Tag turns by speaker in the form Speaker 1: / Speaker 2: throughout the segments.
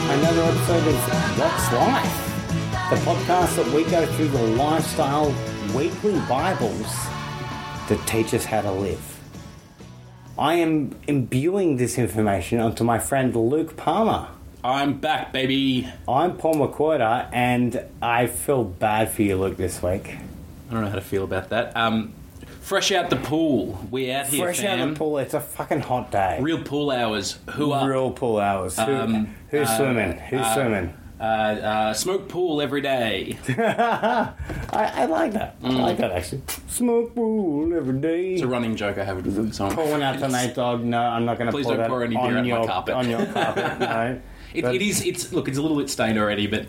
Speaker 1: episode of What's Life, the podcast that we go through the lifestyle weekly Bibles that teach us how to live. I am imbuing this information onto my friend Luke Palmer.
Speaker 2: I'm back, baby.
Speaker 1: I'm Paul McQuarter, and I feel bad for you, Luke, this week.
Speaker 2: I don't know how to feel about that. Um, fresh out the pool. We out here,
Speaker 1: Fresh out
Speaker 2: fam.
Speaker 1: of the pool, it's a fucking hot day.
Speaker 2: Real pool hours. Who are
Speaker 1: Real pool hours. Who,
Speaker 2: Um,
Speaker 1: who's swimming? Who's swimming?
Speaker 2: uh, uh, smoke pool every day?
Speaker 1: I, I like that. I like that actually. Smoke pool every day.
Speaker 2: mm. It's a running joke I have with someone.
Speaker 1: Pulling out the night dog. No, I'm not going to
Speaker 2: Please
Speaker 1: pour
Speaker 2: don't
Speaker 1: that
Speaker 2: pour any
Speaker 1: on
Speaker 2: beer out my
Speaker 1: your
Speaker 2: carpet.
Speaker 1: on your carpet. No,
Speaker 2: It,
Speaker 1: But
Speaker 2: it is. It's look. It's a little bit stained already, but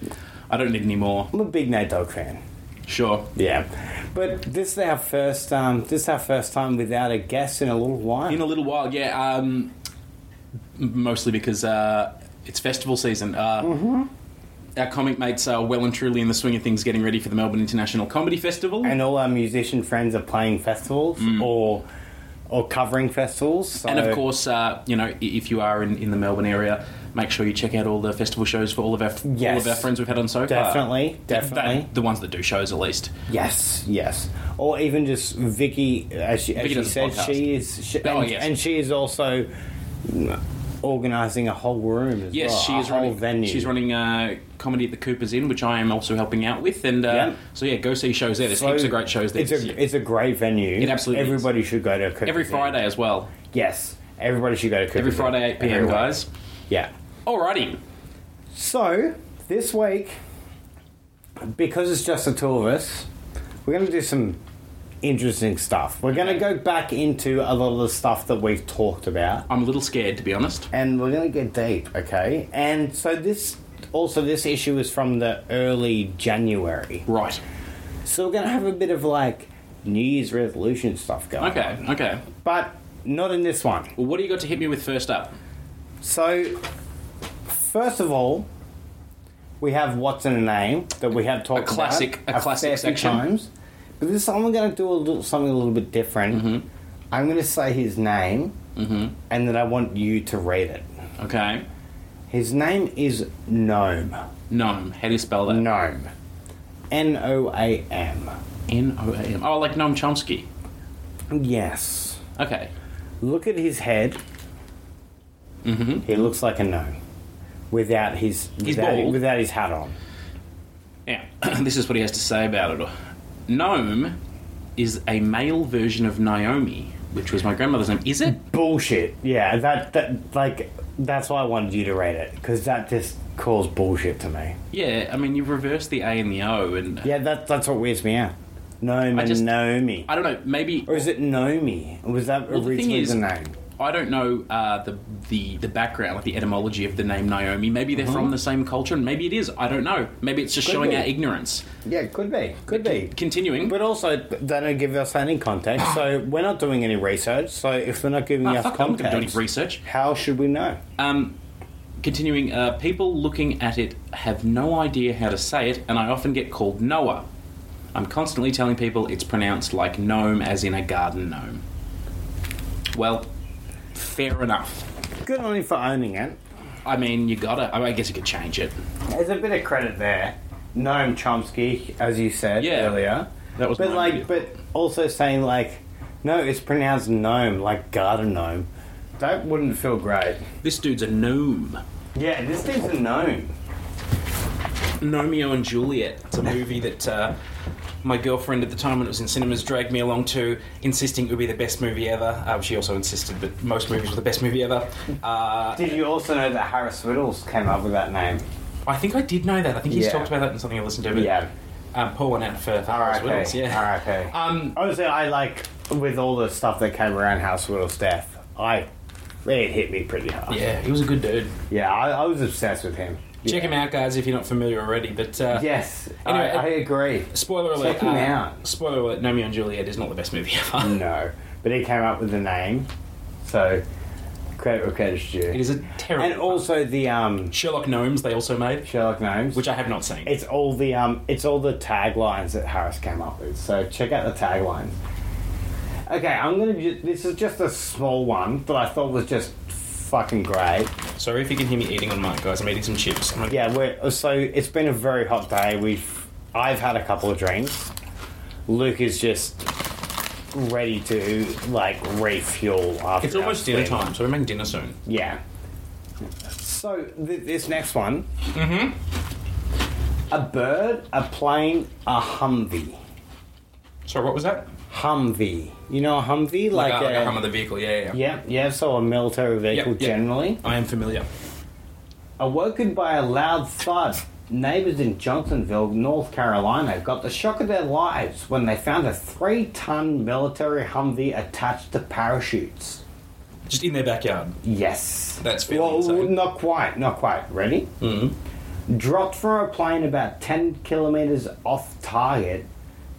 Speaker 2: I don't need any more.
Speaker 1: I'm a big night dog fan.
Speaker 2: Sure.
Speaker 1: Yeah, but this is our first. Um, this is our first time without a guest in a little while.
Speaker 2: In a little while, yeah. Um, m- mostly because uh, it's festival season. Uh,
Speaker 1: Mm-hmm.
Speaker 2: Our comic mates are well and truly in the swing of things, getting ready for the Melbourne International Comedy Festival.
Speaker 1: and all our musician friends are playing festivals or or covering festivals. So
Speaker 2: Mm. And of course, uh, you know, i- if you are in, in the Melbourne area, make sure you check out all the festival shows for all of our all
Speaker 1: Yes.
Speaker 2: of our friends we've had on so far.
Speaker 1: definitely,
Speaker 2: Th- that-
Speaker 1: definitely.
Speaker 2: the ones that do shows at least.
Speaker 1: Yes, yes, or even just Vicky, as she, as
Speaker 2: Vicky
Speaker 1: she
Speaker 2: does the
Speaker 1: said,
Speaker 2: podcast.
Speaker 1: she is, she,
Speaker 2: Oh,
Speaker 1: and,
Speaker 2: yes.
Speaker 1: and she is also organising a whole room as
Speaker 2: Yes,
Speaker 1: well,
Speaker 2: she
Speaker 1: Oh, a
Speaker 2: is
Speaker 1: whole
Speaker 2: running.
Speaker 1: venue.
Speaker 2: She's running uh, comedy at the Cooper's Inn, which I am also helping out with. And uh,
Speaker 1: Yeah.
Speaker 2: so yeah, go see shows there. There's
Speaker 1: So
Speaker 2: heaps of great shows there.
Speaker 1: It's
Speaker 2: this
Speaker 1: a
Speaker 2: year.
Speaker 1: it's a great venue.
Speaker 2: It absolutely is.
Speaker 1: everybody should go to Cooper's
Speaker 2: every
Speaker 1: Inn.
Speaker 2: Friday as well.
Speaker 1: Yes, everybody should go to Cooper's
Speaker 2: Every
Speaker 1: Inn.
Speaker 2: Friday, 8 p.m.
Speaker 1: Everyone.
Speaker 2: guys.
Speaker 1: Yeah.
Speaker 2: Alrighty.
Speaker 1: So this week, because it's just the two of us, we're going to do some interesting stuff. We're going to go back into a lot of the stuff that we've talked about.
Speaker 2: I'm a little scared to be honest.
Speaker 1: and we're going to get deep, okay? And so this also this issue is from the early January,
Speaker 2: Right.
Speaker 1: so we're going to have a bit of like New Year's resolution stuff going, on.
Speaker 2: Okay. Okay.
Speaker 1: But not in this one.
Speaker 2: Well, what do you got to hit me with first up?
Speaker 1: So first of all, we have what's in a name that we have talked
Speaker 2: classic-
Speaker 1: about
Speaker 2: a classic
Speaker 1: fair few
Speaker 2: section.
Speaker 1: times, but this time we're going to do a little something a little bit different.
Speaker 2: Mm-hmm.
Speaker 1: I'm going to say his name, and then I want you to read it.
Speaker 2: Okay.
Speaker 1: His name is Gnome.
Speaker 2: Gnome. How do you spell that?
Speaker 1: Gnome. N O A M.
Speaker 2: N O A M. Oh, like Noam Chomsky.
Speaker 1: Yes.
Speaker 2: Okay.
Speaker 1: Look at his head. Mm-hmm. He looks like a gnome. Without his without,
Speaker 2: bald.
Speaker 1: without his hat on.
Speaker 2: Now, this is what he has to say about it. Gnome is a male version of Naomi, which was my grandmother's name. Is it?
Speaker 1: Bullshit. Yeah, that that like that's why I wanted you to rate it because that just calls bullshit to me.
Speaker 2: Yeah, I mean, you've reversed the A and the O, and
Speaker 1: Yeah, that that's what weirds me out. Gnome
Speaker 2: I
Speaker 1: and
Speaker 2: just-
Speaker 1: Naomi,
Speaker 2: I don't know, maybe.
Speaker 1: or is it Nomi? Was that
Speaker 2: the thing
Speaker 1: originally
Speaker 2: is-
Speaker 1: the name?
Speaker 2: I don't know uh, the, the the background, like the etymology of the name Naomi. Maybe they're from the same culture, and maybe it is. I don't know. Maybe it's just
Speaker 1: Uh-huh. Could
Speaker 2: showing
Speaker 1: be.
Speaker 2: our ignorance.
Speaker 1: Yeah, could be, could be.
Speaker 2: Continuing.
Speaker 1: But also, they don't give us any context, so we're not doing any research. So if they're not giving
Speaker 2: Ah,
Speaker 1: us
Speaker 2: fuck, I'm not going to do any
Speaker 1: context,
Speaker 2: research.
Speaker 1: how should we know?
Speaker 2: Um, continuing, uh, people looking at it have no idea how to say it, and I often get called Noah. I'm constantly telling people it's pronounced like gnome, as in a garden gnome. Well, fair enough.
Speaker 1: Good on you for owning it.
Speaker 2: I mean, you gotta. I, mean, I guess you could change it.
Speaker 1: There's a bit of credit there. Noam Chomsky, as you said
Speaker 2: Yeah.
Speaker 1: earlier,
Speaker 2: That was
Speaker 1: but
Speaker 2: my
Speaker 1: like,
Speaker 2: idea.
Speaker 1: but also saying like, no, it's pronounced gnome, like garden gnome. That wouldn't feel great.
Speaker 2: This dude's a gnome.
Speaker 1: Yeah, this thing's a gnome.
Speaker 2: Romeo and Juliet. It's a movie that uh, my girlfriend at the time when it was in cinemas dragged me along to, insisting it would be the best movie ever. Um, she also insisted that most movies were the best movie ever. Uh,
Speaker 1: Did you also know that Harris Whittles came up with that name?
Speaker 2: I think I did know that. I think he's
Speaker 1: Yeah.
Speaker 2: talked about that in something I listened to. But
Speaker 1: Yeah. Oh,
Speaker 2: um, pour one out for, for House Whittles,
Speaker 1: R.I.P.
Speaker 2: Yeah.
Speaker 1: R.I.P.
Speaker 2: Um,
Speaker 1: Honestly, I like with all the stuff that came around House Will's death. I it hit me pretty hard.
Speaker 2: yeah, he was a good dude.
Speaker 1: Yeah, I, I was obsessed with him.
Speaker 2: Check him out, guys, if you're not familiar already. But uh,
Speaker 1: Yes,
Speaker 2: Anyway, uh,
Speaker 1: I, I agree.
Speaker 2: spoiler alert.
Speaker 1: Check him
Speaker 2: uh,
Speaker 1: out. Mm.
Speaker 2: Spoiler alert: Romeo and Juliet is not the best movie ever.
Speaker 1: No, but he came up with the name, so credit where credit's due.
Speaker 2: It is a terrible.
Speaker 1: and also the um,
Speaker 2: Sherlock Gnomes they also made,
Speaker 1: Sherlock Gnomes,
Speaker 2: which I have not seen.
Speaker 1: it's all the um, it's all the taglines that Harris came up with. So check out the taglines. Okay, I'm gonna. Ju- this is just a small one that I thought was just fucking great.
Speaker 2: Sorry if you can hear me eating on mic, guys. I'm eating some chips. I'm like,
Speaker 1: Yeah, we're so it's been a very hot day. We've I've had a couple of drinks. Luke is just ready to like refuel after.
Speaker 2: It's almost
Speaker 1: our
Speaker 2: dinner
Speaker 1: swim.
Speaker 2: time, so we're making dinner soon.
Speaker 1: Yeah. So th- this next one. Mm-hmm. A bird, a plane, a Humvee.
Speaker 2: Sorry, what was that?
Speaker 1: Humvee. You know a Humvee, like,
Speaker 2: uh, like a hum of the vehicle. Yeah, yeah. yeah.
Speaker 1: yeah, yeah. So a military vehicle
Speaker 2: yeah.
Speaker 1: generally.
Speaker 2: I am familiar.
Speaker 1: Awoken by a loud thud, neighbours in Johnsonville, North Carolina, got the shock of their lives when they found a three-ton military Humvee attached to parachutes.
Speaker 2: Just in their backyard.
Speaker 1: Yes,
Speaker 2: That's feeling
Speaker 1: well,
Speaker 2: insane.
Speaker 1: not quite, not quite. Ready? Mm-hmm. Dropped from a plane about ten kilometres off target,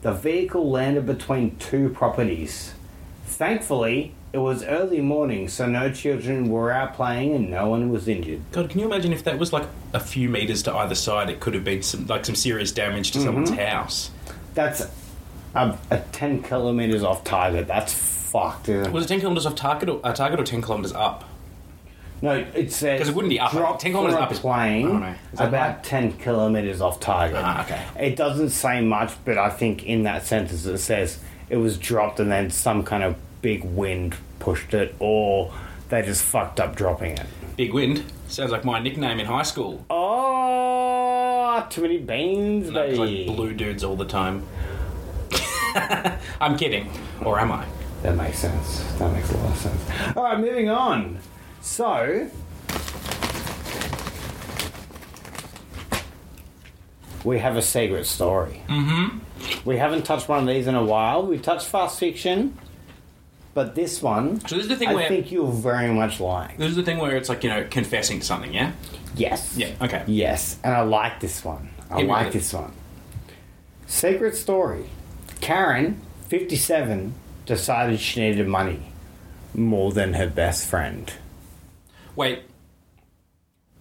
Speaker 1: the vehicle landed between two properties. Thankfully, it was early morning, so no children were out playing and no one was injured.
Speaker 2: God, can you imagine if that was like a few meters to either side? It could have been some like some serious damage to someone's
Speaker 1: Mm-hmm.
Speaker 2: house.
Speaker 1: That's a, a 10 kilometers off target. That's fucked. Isn't it?
Speaker 2: Was it ten kilometers off target or uh, target or ten kilometers up?
Speaker 1: No, it says
Speaker 2: 'Cause it wouldn't be up.
Speaker 1: drop
Speaker 2: 10 kilometers
Speaker 1: from a
Speaker 2: up is- I don't know.
Speaker 1: plane
Speaker 2: Is that
Speaker 1: about 10 kilometers off target.
Speaker 2: Ah, okay.
Speaker 1: It doesn't say much, but I think in that sentence it says it was dropped and then some kind of big wind pushed it, or they just fucked up dropping it.
Speaker 2: Big wind sounds like my nickname in high school.
Speaker 1: Oh, too many beans,
Speaker 2: No, 'cause I
Speaker 1: baby.
Speaker 2: blew dudes all the time. I'm kidding, or am I?
Speaker 1: That makes sense. That makes a lot of sense. All right, moving on. So, we have a secret story. Mm-hmm. We haven't touched one of these in a while. We touched fast fiction, but this one,
Speaker 2: So this is the thing
Speaker 1: I
Speaker 2: where
Speaker 1: think you'll very much like.
Speaker 2: this is the thing where it's like you know confessing to something. Yeah.
Speaker 1: Yes.
Speaker 2: Yeah. Okay.
Speaker 1: Yes, and I like this one. I
Speaker 2: Hit me
Speaker 1: like
Speaker 2: with it.
Speaker 1: this one. Secret story. Karen, 57, decided she needed money more than her best friend.
Speaker 2: Wait.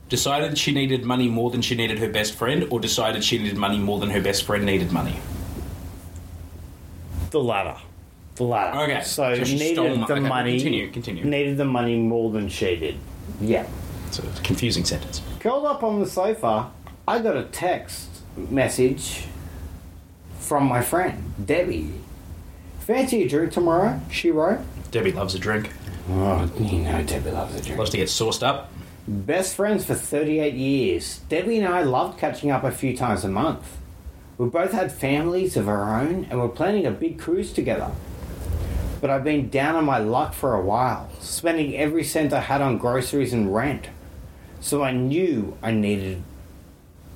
Speaker 2: Decided she needed money more than she needed her best friend, or decided she needed money more than her best friend needed money?
Speaker 1: The latter. The latter.
Speaker 2: Okay,
Speaker 1: So,
Speaker 2: so she stole
Speaker 1: needed
Speaker 2: mon-
Speaker 1: the
Speaker 2: okay,
Speaker 1: money.
Speaker 2: continue, continue.
Speaker 1: Needed the money more than she did. Yeah.
Speaker 2: It's a confusing sentence.
Speaker 1: Curled up on the sofa, I got a text message from my friend, Debbie. Fancy a drink tomorrow? She wrote.
Speaker 2: Debbie loves a drink,
Speaker 1: Oh, you know Debbie loves a drink.
Speaker 2: loves to get sauced up.
Speaker 1: Best friends for 38 years. Debbie and I loved catching up a few times a month. We both had families of our own and were planning a big cruise together. But I've been down on my luck for a while, spending every cent I had on groceries and rent. So I knew I needed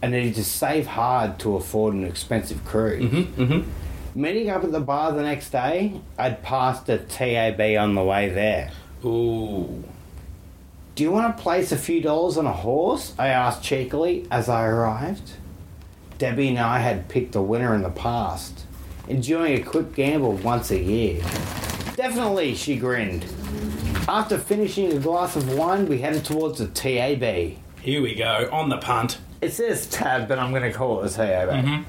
Speaker 1: I needed to save hard to afford an expensive cruise. Meeting up at the bar the next day, I'd passed a TAB on the way there.
Speaker 2: Ooh.
Speaker 1: Do you want to place a few dollars on a horse? I asked cheekily as I arrived. Debbie and I had picked a winner in the past, enjoying a quick gamble once a year. Definitely, she grinned. After finishing a glass of wine, we headed towards the TAB.
Speaker 2: Here we go, on the punt.
Speaker 1: It says tab, but I'm going to call it the TAB.
Speaker 2: Mm-hmm.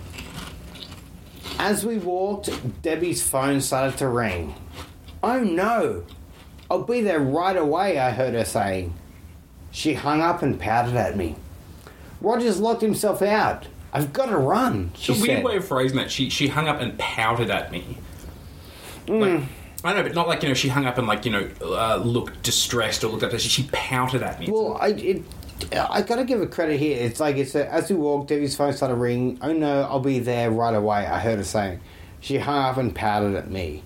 Speaker 1: As we walked, Debbie's phone started to ring. Oh no! I'll be there right away, I heard her saying. She hung up and pouted at me. Roger's locked himself out. I've got to run, she
Speaker 2: It's a
Speaker 1: said.
Speaker 2: weird way of phrasing that. She she hung up and pouted at me.
Speaker 1: Mm.
Speaker 2: Like, I know, but not like you know. She hung up and like you know uh, looked distressed or looked up. She, she pouted at me.
Speaker 1: Well, I it, I gotta give her credit here. It's like it's a, as we walked, Debbie's phone started ringing. Oh no, I'll be there right away. I heard her saying. She hung up and pouted at me.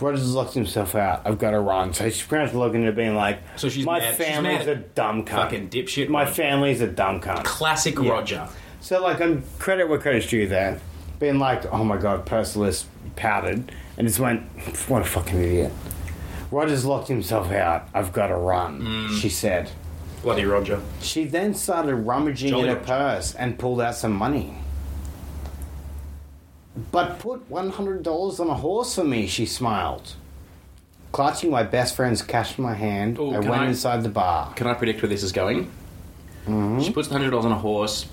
Speaker 1: Rogers locked himself out. I've got to run. So she's pretty much looking at being like,
Speaker 2: So she's
Speaker 1: my
Speaker 2: mad- she's
Speaker 1: family's
Speaker 2: mad
Speaker 1: a
Speaker 2: at
Speaker 1: dumb cunt.
Speaker 2: fucking dipshit
Speaker 1: My
Speaker 2: Roger."
Speaker 1: family's a dumb cunt.
Speaker 2: Classic Roger.
Speaker 1: So like, I'm credit where credit's due there. Being like, oh my god, Persilis pouted and just went, what a fucking idiot. Rogers locked himself out. I've got to run.
Speaker 2: Mm.
Speaker 1: She said.
Speaker 2: Bloody Roger.
Speaker 1: She then started rummaging
Speaker 2: Jolly
Speaker 1: in her
Speaker 2: Roger.
Speaker 1: purse and pulled out some money. But put $100 on a horse for me, she smiled. Clutching my best friend's cash in my hand,
Speaker 2: Ooh,
Speaker 1: I
Speaker 2: can
Speaker 1: went
Speaker 2: I-
Speaker 1: inside the bar.
Speaker 2: Can I predict where this is going?
Speaker 1: Mm-hmm.
Speaker 2: She puts the hundred dollars on a horse.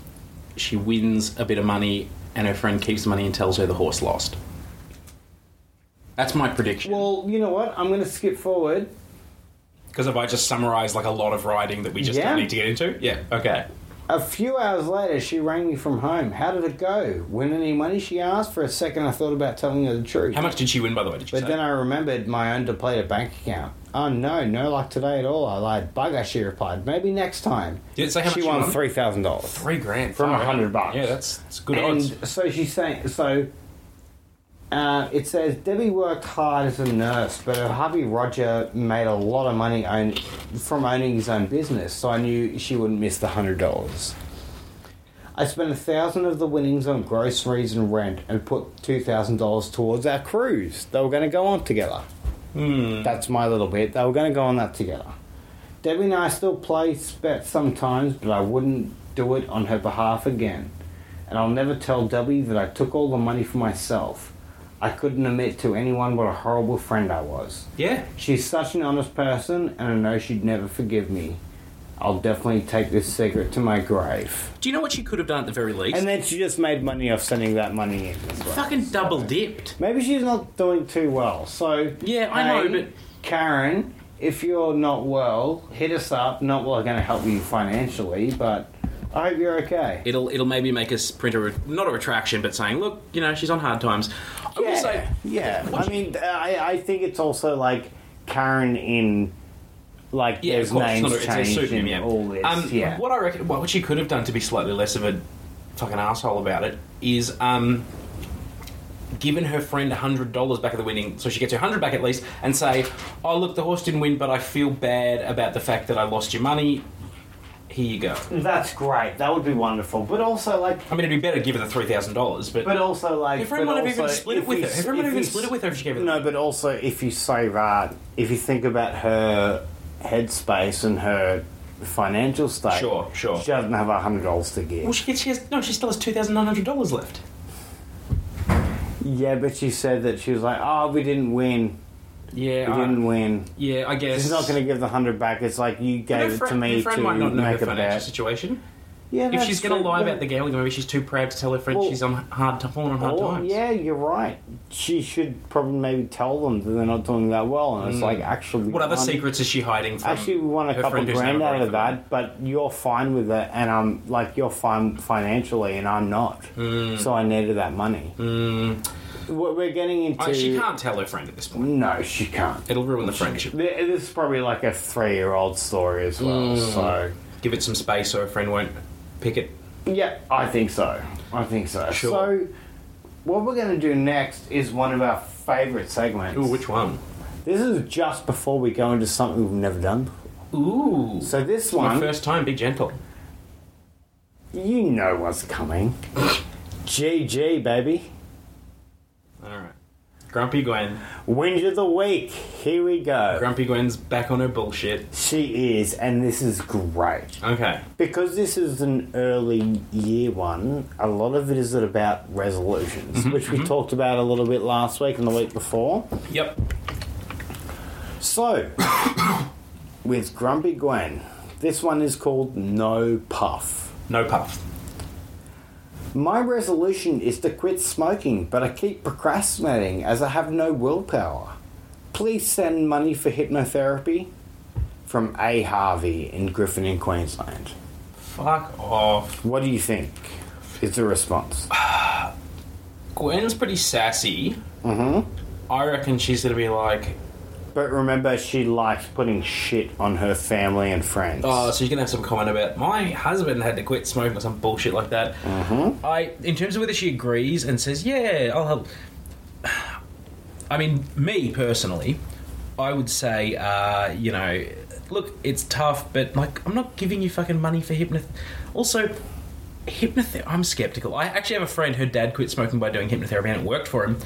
Speaker 2: She wins a bit of money, and her friend keeps the money and tells her the horse lost. That's my prediction.
Speaker 1: Well, you know what? I'm going to skip forward
Speaker 2: Because if I just summarise like a lot of writing that we just
Speaker 1: Yeah.
Speaker 2: don't need to get into, yeah, okay.
Speaker 1: A few hours later, she rang me from home. How did it go? Win any money? She asked. For a second, I thought about telling her the truth.
Speaker 2: How much did she win, by the way? Did you
Speaker 1: But
Speaker 2: say?
Speaker 1: then I remembered my underplated bank account. Oh no, no luck today at all. I lied. Bugger, she replied. Maybe next time.
Speaker 2: Did it say how
Speaker 1: she
Speaker 2: much
Speaker 1: won
Speaker 2: you won?
Speaker 1: three thousand dollars.
Speaker 2: Three grand
Speaker 1: From
Speaker 2: Far out.
Speaker 1: 100 bucks.
Speaker 2: Yeah, that's, that's good odds.
Speaker 1: And so she's saying so. Uh, it says Debbie worked hard as a nurse, but her hubby Roger made a lot of money own, from owning his own business. So I knew she wouldn't miss the hundred dollars. I spent a thousand of the winnings on groceries and rent, and put two thousand dollars towards our cruise. They were going to go on together.
Speaker 2: Hmm.
Speaker 1: That's my little bit. They were going to go on that together. Debbie and I still play spats sometimes, but I wouldn't do it on her behalf again. And I'll never tell Debbie that I took all the money for myself. I couldn't admit to anyone what a horrible friend I was.
Speaker 2: Yeah.
Speaker 1: She's such an honest person, and I know she'd never forgive me. I'll definitely take this secret to my grave.
Speaker 2: Do you know what she could have done at the very least?
Speaker 1: And then she just made money off sending that money in as well.
Speaker 2: Fucking double dipped.
Speaker 1: Maybe she's not doing too well. So
Speaker 2: Yeah, I know,
Speaker 1: hey,
Speaker 2: but-
Speaker 1: Karen, if you're not well, hit us up. Not well, going to help you financially, but I hope you're okay.
Speaker 2: It'll it'll maybe make us print a re- not a retraction, but saying, look, you know, she's on hard times. I will say,
Speaker 1: yeah. I mean, I, I think it's also like Karen in like
Speaker 2: yeah,
Speaker 1: there's
Speaker 2: of course,
Speaker 1: names
Speaker 2: it's not a, it's a
Speaker 1: changed
Speaker 2: pseudonym.
Speaker 1: and
Speaker 2: Yeah.
Speaker 1: all this.
Speaker 2: Um,
Speaker 1: yeah.
Speaker 2: What I reckon, what she could have done to be slightly less of a fucking asshole about it is. Um, Given her friend hundred dollars back at the winning, so she gets her hundred back at least, and say, "Oh look, the horse didn't win, but I feel bad about the fact that I lost your money. Here you go."
Speaker 1: That's great. That would be wonderful. But also like.
Speaker 2: I mean, it'd be better to give her the three thousand dollars, but
Speaker 1: But also, like,
Speaker 2: If everyone
Speaker 1: but
Speaker 2: would have even
Speaker 1: also,
Speaker 2: split it
Speaker 1: if
Speaker 2: with
Speaker 1: you-
Speaker 2: her. If
Speaker 1: if
Speaker 2: everyone would have even
Speaker 1: you-
Speaker 2: split it with her if she gave it-
Speaker 1: No, but also, if you say that, if you think about her headspace and her financial state,
Speaker 2: Sure, sure.
Speaker 1: she doesn't have a hundred dollars to give.
Speaker 2: Well, she, gets, she has no. She still has two thousand nine hundred dollars left.
Speaker 1: yeah, but she said that she was like, "Oh, we didn't win.
Speaker 2: Yeah,
Speaker 1: We didn't win."
Speaker 2: yeah. I guess
Speaker 1: She's not going to give the hundred back. It's like you
Speaker 2: But her
Speaker 1: gave it to
Speaker 2: friend-
Speaker 1: me
Speaker 2: Her friend
Speaker 1: to
Speaker 2: might not know her
Speaker 1: make a
Speaker 2: financial
Speaker 1: bet.
Speaker 2: situation.
Speaker 1: Yeah,
Speaker 2: If she's going to lie about the
Speaker 1: game.
Speaker 2: gambling, maybe she's too proud to tell her friend
Speaker 1: Well-
Speaker 2: she's on hard to falling on hard
Speaker 1: Oh,
Speaker 2: times.
Speaker 1: yeah, you're right. She should probably maybe tell them that they're not doing that well, and it's
Speaker 2: Mm.
Speaker 1: like actually
Speaker 2: What other
Speaker 1: I'm-
Speaker 2: secrets is she hiding from?
Speaker 1: Actually, we won a
Speaker 2: her
Speaker 1: couple
Speaker 2: friend who's
Speaker 1: grand
Speaker 2: never
Speaker 1: out of
Speaker 2: broken
Speaker 1: that,
Speaker 2: up?
Speaker 1: but you're fine with it, and I'm like you're fine financially, and I'm not.
Speaker 2: Hmm.
Speaker 1: So I needed that money. We're we're getting into.
Speaker 2: Uh, Hmm. she can't tell her friend at this point.
Speaker 1: No, she can't.
Speaker 2: It'll ruin the friendship.
Speaker 1: Th- This is probably like a three-year-old story as well.
Speaker 2: Hmm.
Speaker 1: So
Speaker 2: Give it some space, so her friend won't pick it.
Speaker 1: yeah, I think so. I think so.
Speaker 2: Sure.
Speaker 1: So what we're going to do next is one of our favorite segments.
Speaker 2: Ooh, which one?
Speaker 1: This is just before we go into something we've never done. before.
Speaker 2: Ooh,
Speaker 1: So this
Speaker 2: my
Speaker 1: one,
Speaker 2: first time. Be gentle.
Speaker 1: you know what's coming. GG, baby.
Speaker 2: All right. Grumpy Gwen.
Speaker 1: Whinge of the week. Here we go.
Speaker 2: Grumpy Gwen's back on her bullshit.
Speaker 1: She is, and this is great
Speaker 2: Okay.
Speaker 1: because this is an early year one. A lot of it is about resolutions, which we talked about a little bit last week and the week before.
Speaker 2: Yep.
Speaker 1: So, with Grumpy Gwen, this one is called No Puff.
Speaker 2: No puff.
Speaker 1: My resolution is to quit smoking, but I keep procrastinating as I have no willpower. Please send money for hypnotherapy from A. Harvey in Griffin in Queensland.
Speaker 2: Fuck off.
Speaker 1: What do you think is the response?
Speaker 2: Gwen's pretty sassy. Mm-hmm. I reckon she's gonna be like,
Speaker 1: But remember, she likes putting shit on her family and friends.
Speaker 2: oh, so you're gonna have some comment about my husband had to quit smoking or some bullshit like that. Mm-hmm. I, in terms of whether she agrees and says, yeah, I'll help. I mean, me personally, I would say, uh, you know, look, it's tough, but like, I'm not giving you fucking money for hypnoth. Also, hypnotherapy. I'm skeptical. I actually have a friend. Her dad quit smoking by doing hypnotherapy, and it worked for him.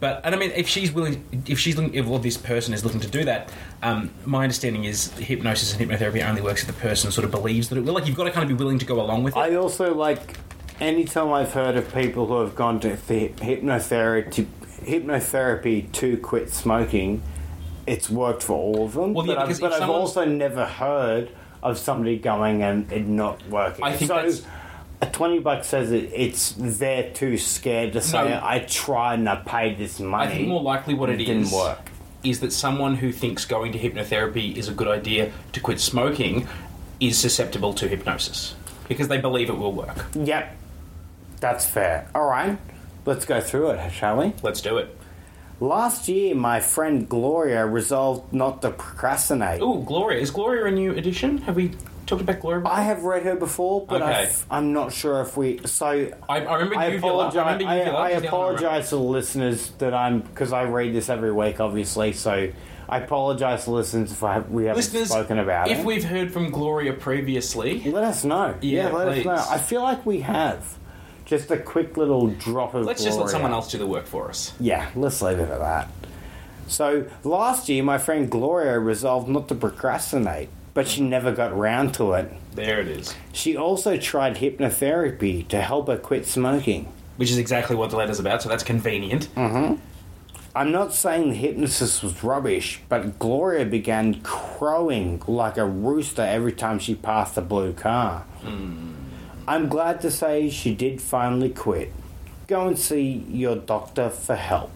Speaker 2: But and I mean, if she's willing, if she's looking, if well, this person is looking to do that, um, my understanding is hypnosis and hypnotherapy only works if the person sort of believes that it will. Like you've got to kind of be willing to go along with it.
Speaker 1: I also like anytime I've heard of people who have gone to th- hypnotherapy hypnotherapy to quit smoking, it's worked for all of them.
Speaker 2: Well, yeah,
Speaker 1: but I've,
Speaker 2: because
Speaker 1: but
Speaker 2: if
Speaker 1: I've
Speaker 2: someone-
Speaker 1: also never heard of somebody going and it not working.
Speaker 2: I think
Speaker 1: so
Speaker 2: that's-
Speaker 1: a twenty bucks says it, it's they're too scared to say
Speaker 2: No.
Speaker 1: I tried and I paid this money.
Speaker 2: I think more likely what
Speaker 1: and
Speaker 2: it
Speaker 1: didn't
Speaker 2: is-
Speaker 1: work.
Speaker 2: is that someone who thinks going to hypnotherapy is a good idea to quit smoking is susceptible to hypnosis because they believe it will work.
Speaker 1: Yep. That's fair. All right. Let's go through it, shall we?
Speaker 2: Let's do it.
Speaker 1: Last year, my friend Gloria resolved not to procrastinate.
Speaker 2: Ooh, Gloria. Is Gloria a new edition? Have we talked about Gloria?
Speaker 1: I have read her before, but
Speaker 2: Okay.
Speaker 1: I've- I'm not sure if we. So
Speaker 2: I, I remember
Speaker 1: I
Speaker 2: you feel up-
Speaker 1: apologize.
Speaker 2: I, remember you
Speaker 1: I,
Speaker 2: feel
Speaker 1: I
Speaker 2: up just the other night.
Speaker 1: apologize to the listeners that I'm because I read this every week, obviously. So I apologize to listeners if I have, we haven't
Speaker 2: Listeners,
Speaker 1: spoken about
Speaker 2: if
Speaker 1: it.
Speaker 2: we've heard from Gloria previously,
Speaker 1: let us know.
Speaker 2: Yeah,
Speaker 1: let
Speaker 2: please.
Speaker 1: us know. I feel like we have just a quick little drop of.
Speaker 2: let's just let
Speaker 1: glory
Speaker 2: someone
Speaker 1: out.
Speaker 2: else do the work for us.
Speaker 1: Yeah, let's leave it at that. So last year, my friend Gloria resolved not to procrastinate, but she never got round to it.
Speaker 2: There it is.
Speaker 1: She also tried hypnotherapy to help her quit smoking.
Speaker 2: Which is exactly what the letter's about, so that's convenient.
Speaker 1: Mm. I'm not saying the hypnosis was rubbish, but Gloria began crowing like a rooster every time she passed the blue car. I'm glad to say she did finally quit. Go and see your doctor for help.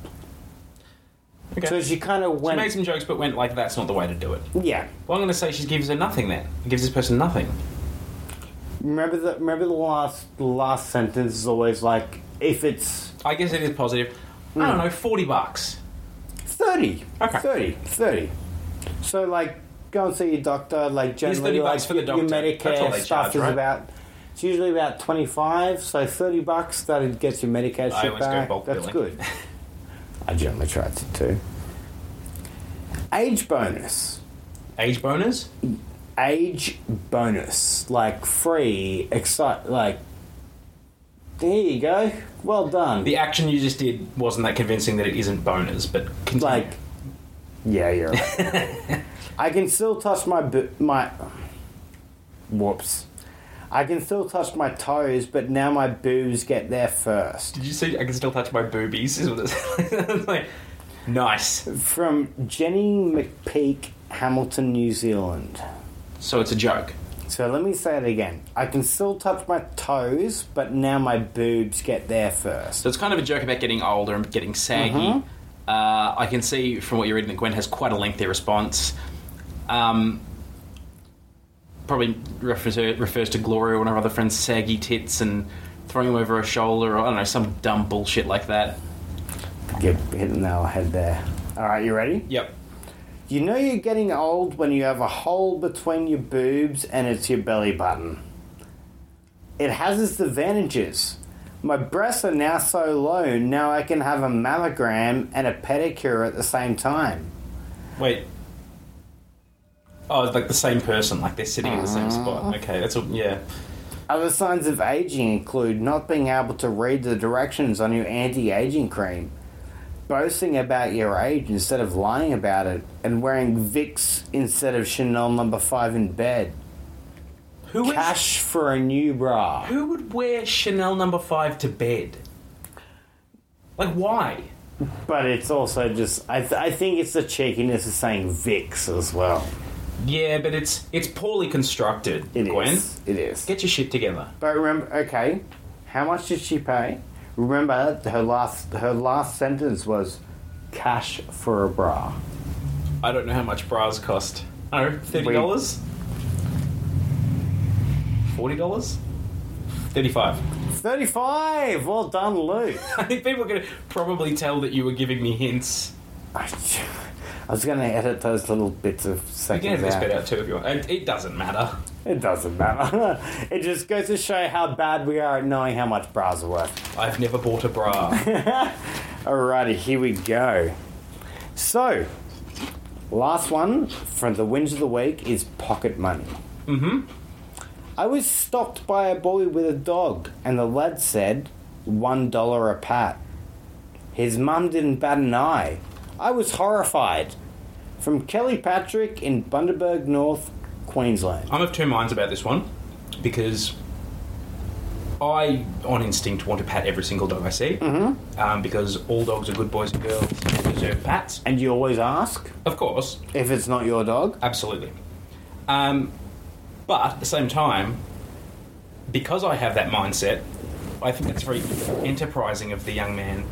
Speaker 2: Okay.
Speaker 1: So she kind of
Speaker 2: she
Speaker 1: went,
Speaker 2: made some jokes, but went like, "That's not the way to do it."
Speaker 1: yeah.
Speaker 2: Well, I'm going to say she gives her nothing. Then gives this person nothing.
Speaker 1: Remember the remember the last the last sentence is always like if it's
Speaker 2: I guess it is positive. I don't know, forty bucks.
Speaker 1: 30.
Speaker 2: Okay.
Speaker 1: 30. 30. So, like, go and see your doctor. Like, generally,
Speaker 2: 30
Speaker 1: like,
Speaker 2: bucks for the
Speaker 1: your- your
Speaker 2: doctor. That's all
Speaker 1: Medicare
Speaker 2: they
Speaker 1: stuff
Speaker 2: charge,
Speaker 1: is
Speaker 2: right?
Speaker 1: about. It's usually about 25 so 30 bucks that gets your Medicare
Speaker 2: I
Speaker 1: shit
Speaker 2: always go
Speaker 1: back.
Speaker 2: bulk
Speaker 1: That's
Speaker 2: billing.
Speaker 1: good. I generally try to too. Age bonus.
Speaker 2: Age boners.
Speaker 1: Age bonus. Like, free, excite, like, there you go. Well done.
Speaker 2: The action you just did wasn't that convincing that it isn't boners, but continue.
Speaker 1: like yeah you're right i can still touch my bo- my whoops i can still touch my toes but now my boobs get there first
Speaker 2: did you see? I can still touch my boobies. Is what it sounds like. Nice.
Speaker 1: from jenny mcpeak hamilton new zealand
Speaker 2: So it's a joke.
Speaker 1: so let me say it again i can still touch my toes but now my boobs get there first
Speaker 2: So it's kind of a joke about getting older and getting saggy. Uh, I can see from what you're reading that Gwen has quite a lengthy response. Um, probably refers, refers to Gloria, one of her other friends, saggy tits and throwing them over her shoulder, or I don't know, some dumb bullshit like that.
Speaker 1: you're hitting the nail on the head there all right you ready
Speaker 2: Yep.
Speaker 1: you know you're getting old when you have a hole between your boobs and it's your belly button it has its advantages. My breasts are now so low, now I can have a mammogram and a pedicure at the same time.
Speaker 2: Wait. Oh, it's like the same person, like they're sitting in the same spot. Okay, that's all. Yeah.
Speaker 1: Other signs of aging include not being able to read the directions on your anti aging cream, boasting about your age instead of lying about it, and wearing Vicks instead of Chanel number 5 in bed.
Speaker 2: Who is-
Speaker 1: Cash for a new bra.
Speaker 2: who would wear Chanel number five to bed? Like, why?
Speaker 1: But it's also just, I, th- I think it's the cheekiness of saying Vicks as well.
Speaker 2: Yeah, but it's it's poorly constructed,
Speaker 1: It is.
Speaker 2: Gwen.
Speaker 1: It is.
Speaker 2: Get your shit together.
Speaker 1: But remember, okay, how much did she pay? Remember, her last her last sentence was cash for a bra.
Speaker 2: I don't know how much bras cost. I don't know, thirty
Speaker 1: Wait.
Speaker 2: dollars, forty dollars, thirty-five.
Speaker 1: Thirty five. Well done, Luke.
Speaker 2: I think people could probably tell that you were giving me hints.
Speaker 1: I was going to edit those little bits of
Speaker 2: You can
Speaker 1: seconds
Speaker 2: have this
Speaker 1: out.
Speaker 2: bit out too if you want. It, it doesn't matter.
Speaker 1: It doesn't matter. it just goes to show how bad we are at knowing how much bras are worth.
Speaker 2: I've never bought a bra.
Speaker 1: Alrighty, here we go. So, last one from the wins of the week is pocket money. Mm-hmm. I was stopped by a boy with a dog, and the lad said, one dollar a pat. His mum didn't bat an eye. I was horrified. From Kelly Patrick in Bundaberg North, Queensland.
Speaker 2: I'm of two minds about this one because I, on instinct, want to pat every single dog I see
Speaker 1: Mm-hmm.
Speaker 2: um, because all dogs are good boys and girls who deserve pats.
Speaker 1: And you always ask
Speaker 2: Of course,
Speaker 1: if it's not your dog?
Speaker 2: Absolutely. Um, but at the same time, because I have that mindset, I think that's very enterprising of the young man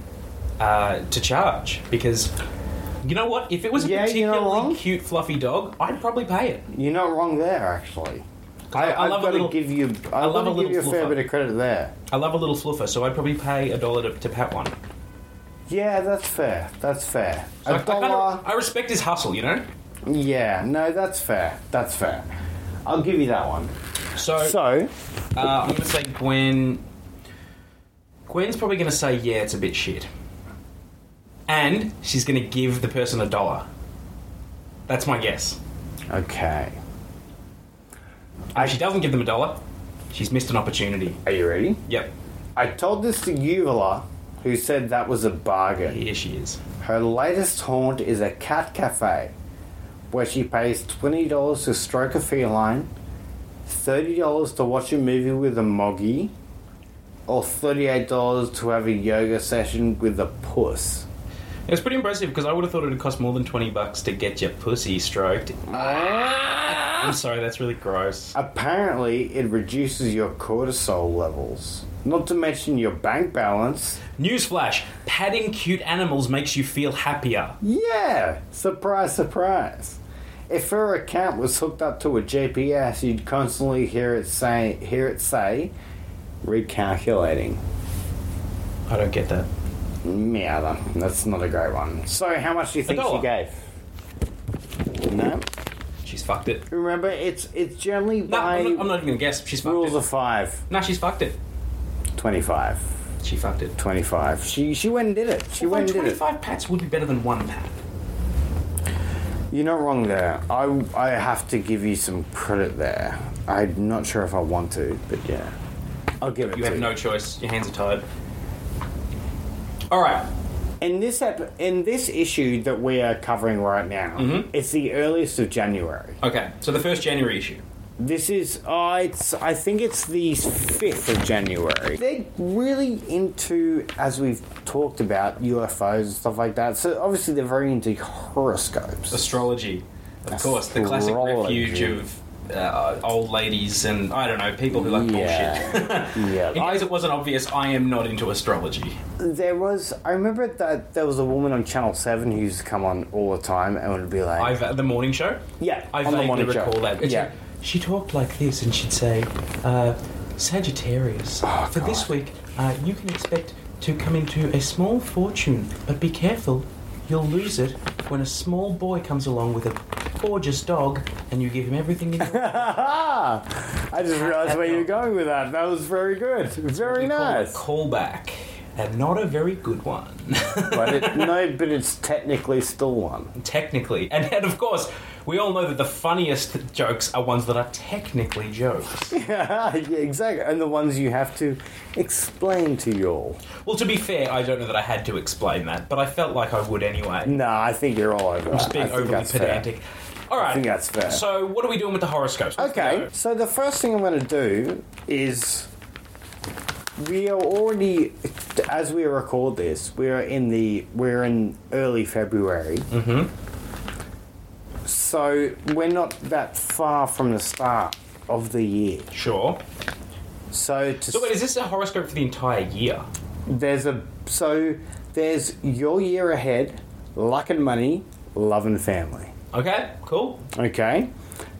Speaker 2: uh, to charge because You know what? If it was a
Speaker 1: Yeah, you're not
Speaker 2: particularly
Speaker 1: wrong.
Speaker 2: cute, fluffy dog, I'd probably pay it.
Speaker 1: You're not wrong there, actually. I,
Speaker 2: I- I
Speaker 1: I've
Speaker 2: love a
Speaker 1: got
Speaker 2: little-
Speaker 1: to give you. I,
Speaker 2: I love
Speaker 1: gotta
Speaker 2: a
Speaker 1: give
Speaker 2: little
Speaker 1: you a fair
Speaker 2: fluffer.
Speaker 1: bit of credit there.
Speaker 2: I love a little fluffer, so I'd probably pay a dollar to, to pet one.
Speaker 1: Yeah, that's fair. That's fair.
Speaker 2: So I,
Speaker 1: a
Speaker 2: I kinda-
Speaker 1: dollar.
Speaker 2: I respect his hustle, you know.
Speaker 1: Yeah, no, that's fair. That's fair. I'll give you that one.
Speaker 2: So,
Speaker 1: So,
Speaker 2: uh, I'm gonna say Gwen. Gwen's probably gonna say yeah, it's a bit shit, and she's gonna give the person a dollar. That's my guess.
Speaker 1: okay.
Speaker 2: And if she doesn't give them a dollar, she's missed an opportunity.
Speaker 1: Are you ready?
Speaker 2: Yep,
Speaker 1: I told this to Uvala, who said that was a bargain.
Speaker 2: here she is.
Speaker 1: Her latest haunt is a cat cafe, where she pays twenty dollars to stroke a feline, thirty dollars to watch a movie with a moggy, or thirty-eight dollars to have a yoga session with a puss.
Speaker 2: It was pretty impressive because I would have thought it would cost more than twenty bucks to get your pussy stroked. I'm sorry, that's really gross.
Speaker 1: Apparently, it reduces your cortisol levels, not to mention your bank balance.
Speaker 2: Newsflash: patting cute animals makes you feel happier.
Speaker 1: Yeah! Surprise, surprise. If your account was hooked up to a GPS, you'd constantly hear it say, hear it say, recalculating.
Speaker 2: I don't get that.
Speaker 1: Yeah, that- that's not a great one. So, how much do you think she
Speaker 2: dollar.
Speaker 1: gave? No.
Speaker 2: She's fucked it.
Speaker 1: Remember, it's it's generally
Speaker 2: No,
Speaker 1: by
Speaker 2: I'm not, I'm not even gonna guess. She's fucked
Speaker 1: rules
Speaker 2: it.
Speaker 1: of five.
Speaker 2: no, she's fucked it.
Speaker 1: 25.
Speaker 2: She fucked it.
Speaker 1: 25. She she went and did it. She
Speaker 2: Although
Speaker 1: went and did it.
Speaker 2: 25 pats would be better than one pat.
Speaker 1: You're not wrong there. I, I have to give you some credit there. I'm not sure if I want to, but yeah. I'll give it
Speaker 2: You
Speaker 1: to
Speaker 2: have no choice. Your hands are tied. All right.
Speaker 1: In this, ep- in this issue that we are covering right now,
Speaker 2: Mm-hmm.
Speaker 1: it's the earliest of January.
Speaker 2: Okay. So the first January issue.
Speaker 1: This is, uh, it's, I think it's the 5th of January. They're really into, as we've talked about, UFOs and stuff like that. So obviously they're very into horoscopes.
Speaker 2: Astrology, of course, the classic
Speaker 1: Astrology.
Speaker 2: refuge of uh, old ladies and I don't know people who like bullshit.
Speaker 1: yeah. yeah.
Speaker 2: In case it wasn't obvious, I am not into astrology.
Speaker 1: There was. I remember that there was a woman on Channel Seven who used to come on all the time and would be like,
Speaker 2: I've the morning show.
Speaker 1: Yeah,
Speaker 2: I
Speaker 1: on the
Speaker 2: vaguely
Speaker 1: morning show.
Speaker 2: recall that. It's-
Speaker 1: Yeah.
Speaker 2: she talked like this, and she'd say, uh, "Sagittarius,
Speaker 1: Oh,
Speaker 2: for this
Speaker 1: God.
Speaker 2: week, uh, you can expect to come into a small fortune, but be careful, you'll lose it when a small boy comes along with a gorgeous dog, and you give him everything in your
Speaker 1: "I just realised where you're going with that. That was very good, very nice."
Speaker 2: callback." And not a very good one,
Speaker 1: but it, no, but it's technically still one.
Speaker 2: technically. And, and of course, we all know that the funniest jokes are ones that are technically jokes.
Speaker 1: yeah, exactly. And the ones you have to explain to y'all.
Speaker 2: Well, to be fair, I don't know that I had to explain that, but I felt like I would anyway.
Speaker 1: No, I think you're all over.
Speaker 2: Just being overly pedantic. All right.
Speaker 1: think that's fair.
Speaker 2: So, what are we doing with the horoscopes? Let's
Speaker 1: Okay,
Speaker 2: go.
Speaker 1: so the first thing I'm going to do is we are already, as we record this, we are in the we're in early February. Mm-hmm. So we're not that far from the start of the year.
Speaker 2: Sure.
Speaker 1: So to
Speaker 2: So, wait, is this a horoscope for the entire year?
Speaker 1: there's a so there's your year ahead, luck and money, love and family.
Speaker 2: Okay, cool.
Speaker 1: Okay.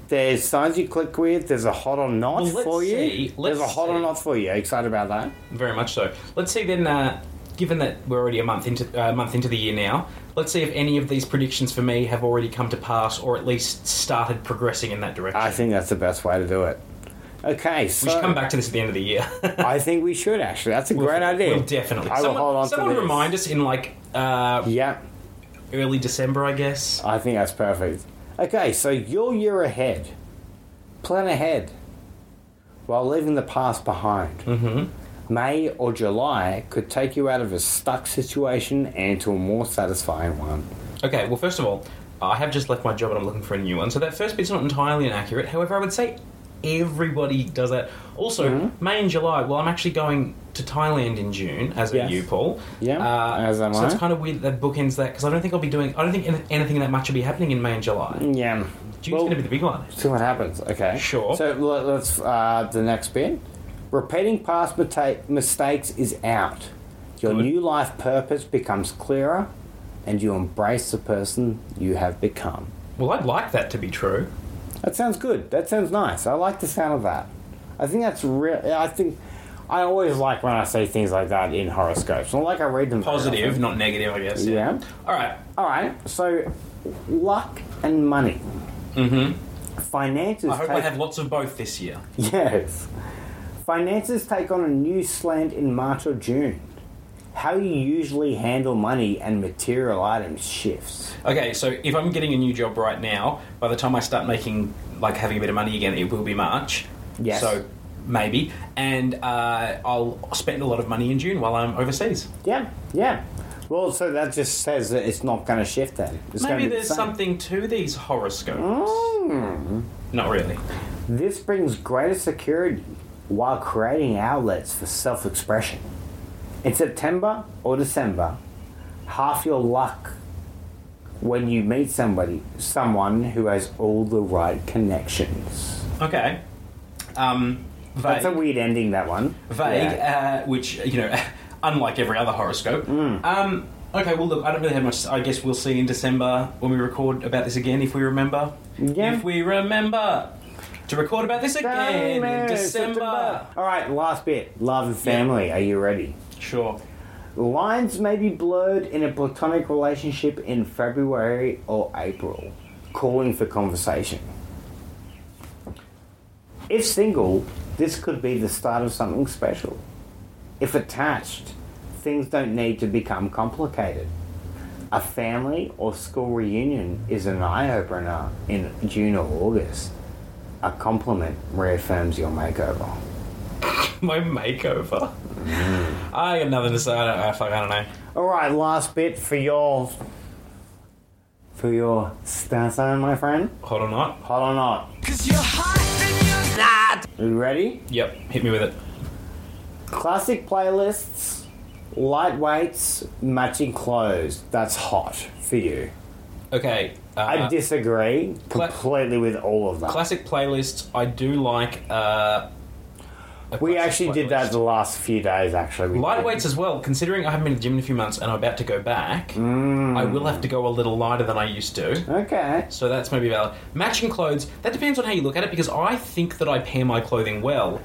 Speaker 1: There's signs you click with. There's a hot or not
Speaker 2: Well, let's
Speaker 1: for you.
Speaker 2: see, let's
Speaker 1: there's a hot or
Speaker 2: see.
Speaker 1: not for you. Excited about that?
Speaker 2: Very much so. Let's see then, uh, given that we're already a month into, uh, month into the year now, let's see if any of these predictions for me have already come to pass or at least started progressing in that direction.
Speaker 1: I think that's the best way to do it. Okay, so
Speaker 2: we should come back to this at the end of the year.
Speaker 1: I think we should actually. That's a great idea.
Speaker 2: We'll definitely.
Speaker 1: I will
Speaker 2: someone
Speaker 1: hold on
Speaker 2: someone
Speaker 1: to this.
Speaker 2: remind us in like uh,
Speaker 1: Yeah,
Speaker 2: early December, I guess.
Speaker 1: I think that's perfect. Okay, so your year ahead. Plan ahead while leaving the past behind. Mm-hmm. May or July could take you out of a stuck situation and to a more satisfying one.
Speaker 2: Okay, well, first of all, I have just left my job and I'm looking for a new one. So that first bit's not entirely inaccurate. However, I would say everybody does that. Also,
Speaker 1: Hmm?
Speaker 2: May and July, well, I'm actually going to Thailand in June, as
Speaker 1: Yes.
Speaker 2: are you, Paul.
Speaker 1: Yeah,
Speaker 2: Uh,
Speaker 1: as am
Speaker 2: so
Speaker 1: I.
Speaker 2: it's kind of weird that bookends that because I don't think I'll be doing, I don't think any- anything that much will be happening in May and July.
Speaker 1: Yeah.
Speaker 2: June's
Speaker 1: Hmm. Well,
Speaker 2: going to be the big one.
Speaker 1: see what happens. Okay.
Speaker 2: Sure.
Speaker 1: So let- let's uh, the next bit. Repeating past mata- mistakes is out. Your
Speaker 2: Good.
Speaker 1: new life purpose becomes clearer, and you embrace the person you have become.
Speaker 2: Well, I'd like that to be true.
Speaker 1: That sounds good. That sounds nice. I like the sound of that. I think that's real. I think I always like when I say things like that in horoscopes. Not like I read them. very
Speaker 2: Positive, not negative, I guess.
Speaker 1: often. Yeah.
Speaker 2: All right.
Speaker 1: All right. So, luck and money.
Speaker 2: Mm-hmm.
Speaker 1: Finances.
Speaker 2: I hope
Speaker 1: take,
Speaker 2: I have lots of both this year.
Speaker 1: Yes. Finances take on a new slant in March or June. How you usually handle money and material items shifts.
Speaker 2: Okay, so if I'm getting a new job right now, by the time I start making, like, having a bit of money again, it will be March.
Speaker 1: Yes.
Speaker 2: So maybe, and uh, I'll spend a lot of money in June while I'm overseas.
Speaker 1: Yeah. Yeah. Well, so that just says that it's not going to shift then. It's gonna
Speaker 2: maybe
Speaker 1: be the
Speaker 2: there's
Speaker 1: same.
Speaker 2: something to these horoscopes.
Speaker 1: Mm.
Speaker 2: Not really.
Speaker 1: This brings greater security while creating outlets for self expression. In September or December, half your luck when you meet somebody, someone who has all the right connections.
Speaker 2: Okay. Um, vague.
Speaker 1: That's a weird ending, that one.
Speaker 2: vague,
Speaker 1: Yeah. Mm.
Speaker 2: uh, which you know, unlike every other horoscope. Um, okay, well, look, I don't really have much. I guess we'll see in December when we record about this again, if we remember.
Speaker 1: Yeah.
Speaker 2: If we remember to record about this again in
Speaker 1: September,
Speaker 2: December.
Speaker 1: September. All right, last bit love and family. Are you ready?
Speaker 2: Sure.
Speaker 1: Lines may be blurred in a platonic relationship in February or April, calling for conversation. If single, this could be the start of something special. If attached, things don't need to become complicated. A family or school reunion is an eye opener in June or August. A compliment reaffirms your makeover.
Speaker 2: My makeover.
Speaker 1: Mm.
Speaker 2: I got nothing to say. I don't, I, fuck, I don't know.
Speaker 1: All right, last bit for your for your star sign, my friend.
Speaker 2: Hot or not?
Speaker 1: Hot or not?
Speaker 3: Cause you're hot and you're not.
Speaker 1: Are you ready?
Speaker 2: Yep. Hit me with it.
Speaker 1: Classic playlists, lightweights, matching clothes. That's hot for you.
Speaker 2: Okay. Uh,
Speaker 1: I disagree
Speaker 2: Cla-
Speaker 1: completely with all of that.
Speaker 2: classic playlists. I do like. Uh, a
Speaker 1: we
Speaker 2: classic
Speaker 1: actually did
Speaker 2: playlist.
Speaker 1: that the last few days. Actually, we did.
Speaker 2: Lightweights as well, considering I haven't been to the gym in a few months and I'm about to go back,
Speaker 1: Mm.
Speaker 2: I will have to go a little lighter than I used to.
Speaker 1: Okay.
Speaker 2: So that's maybe valid. Matching clothes, that depends on how you look at it because I think that I pair my clothing well.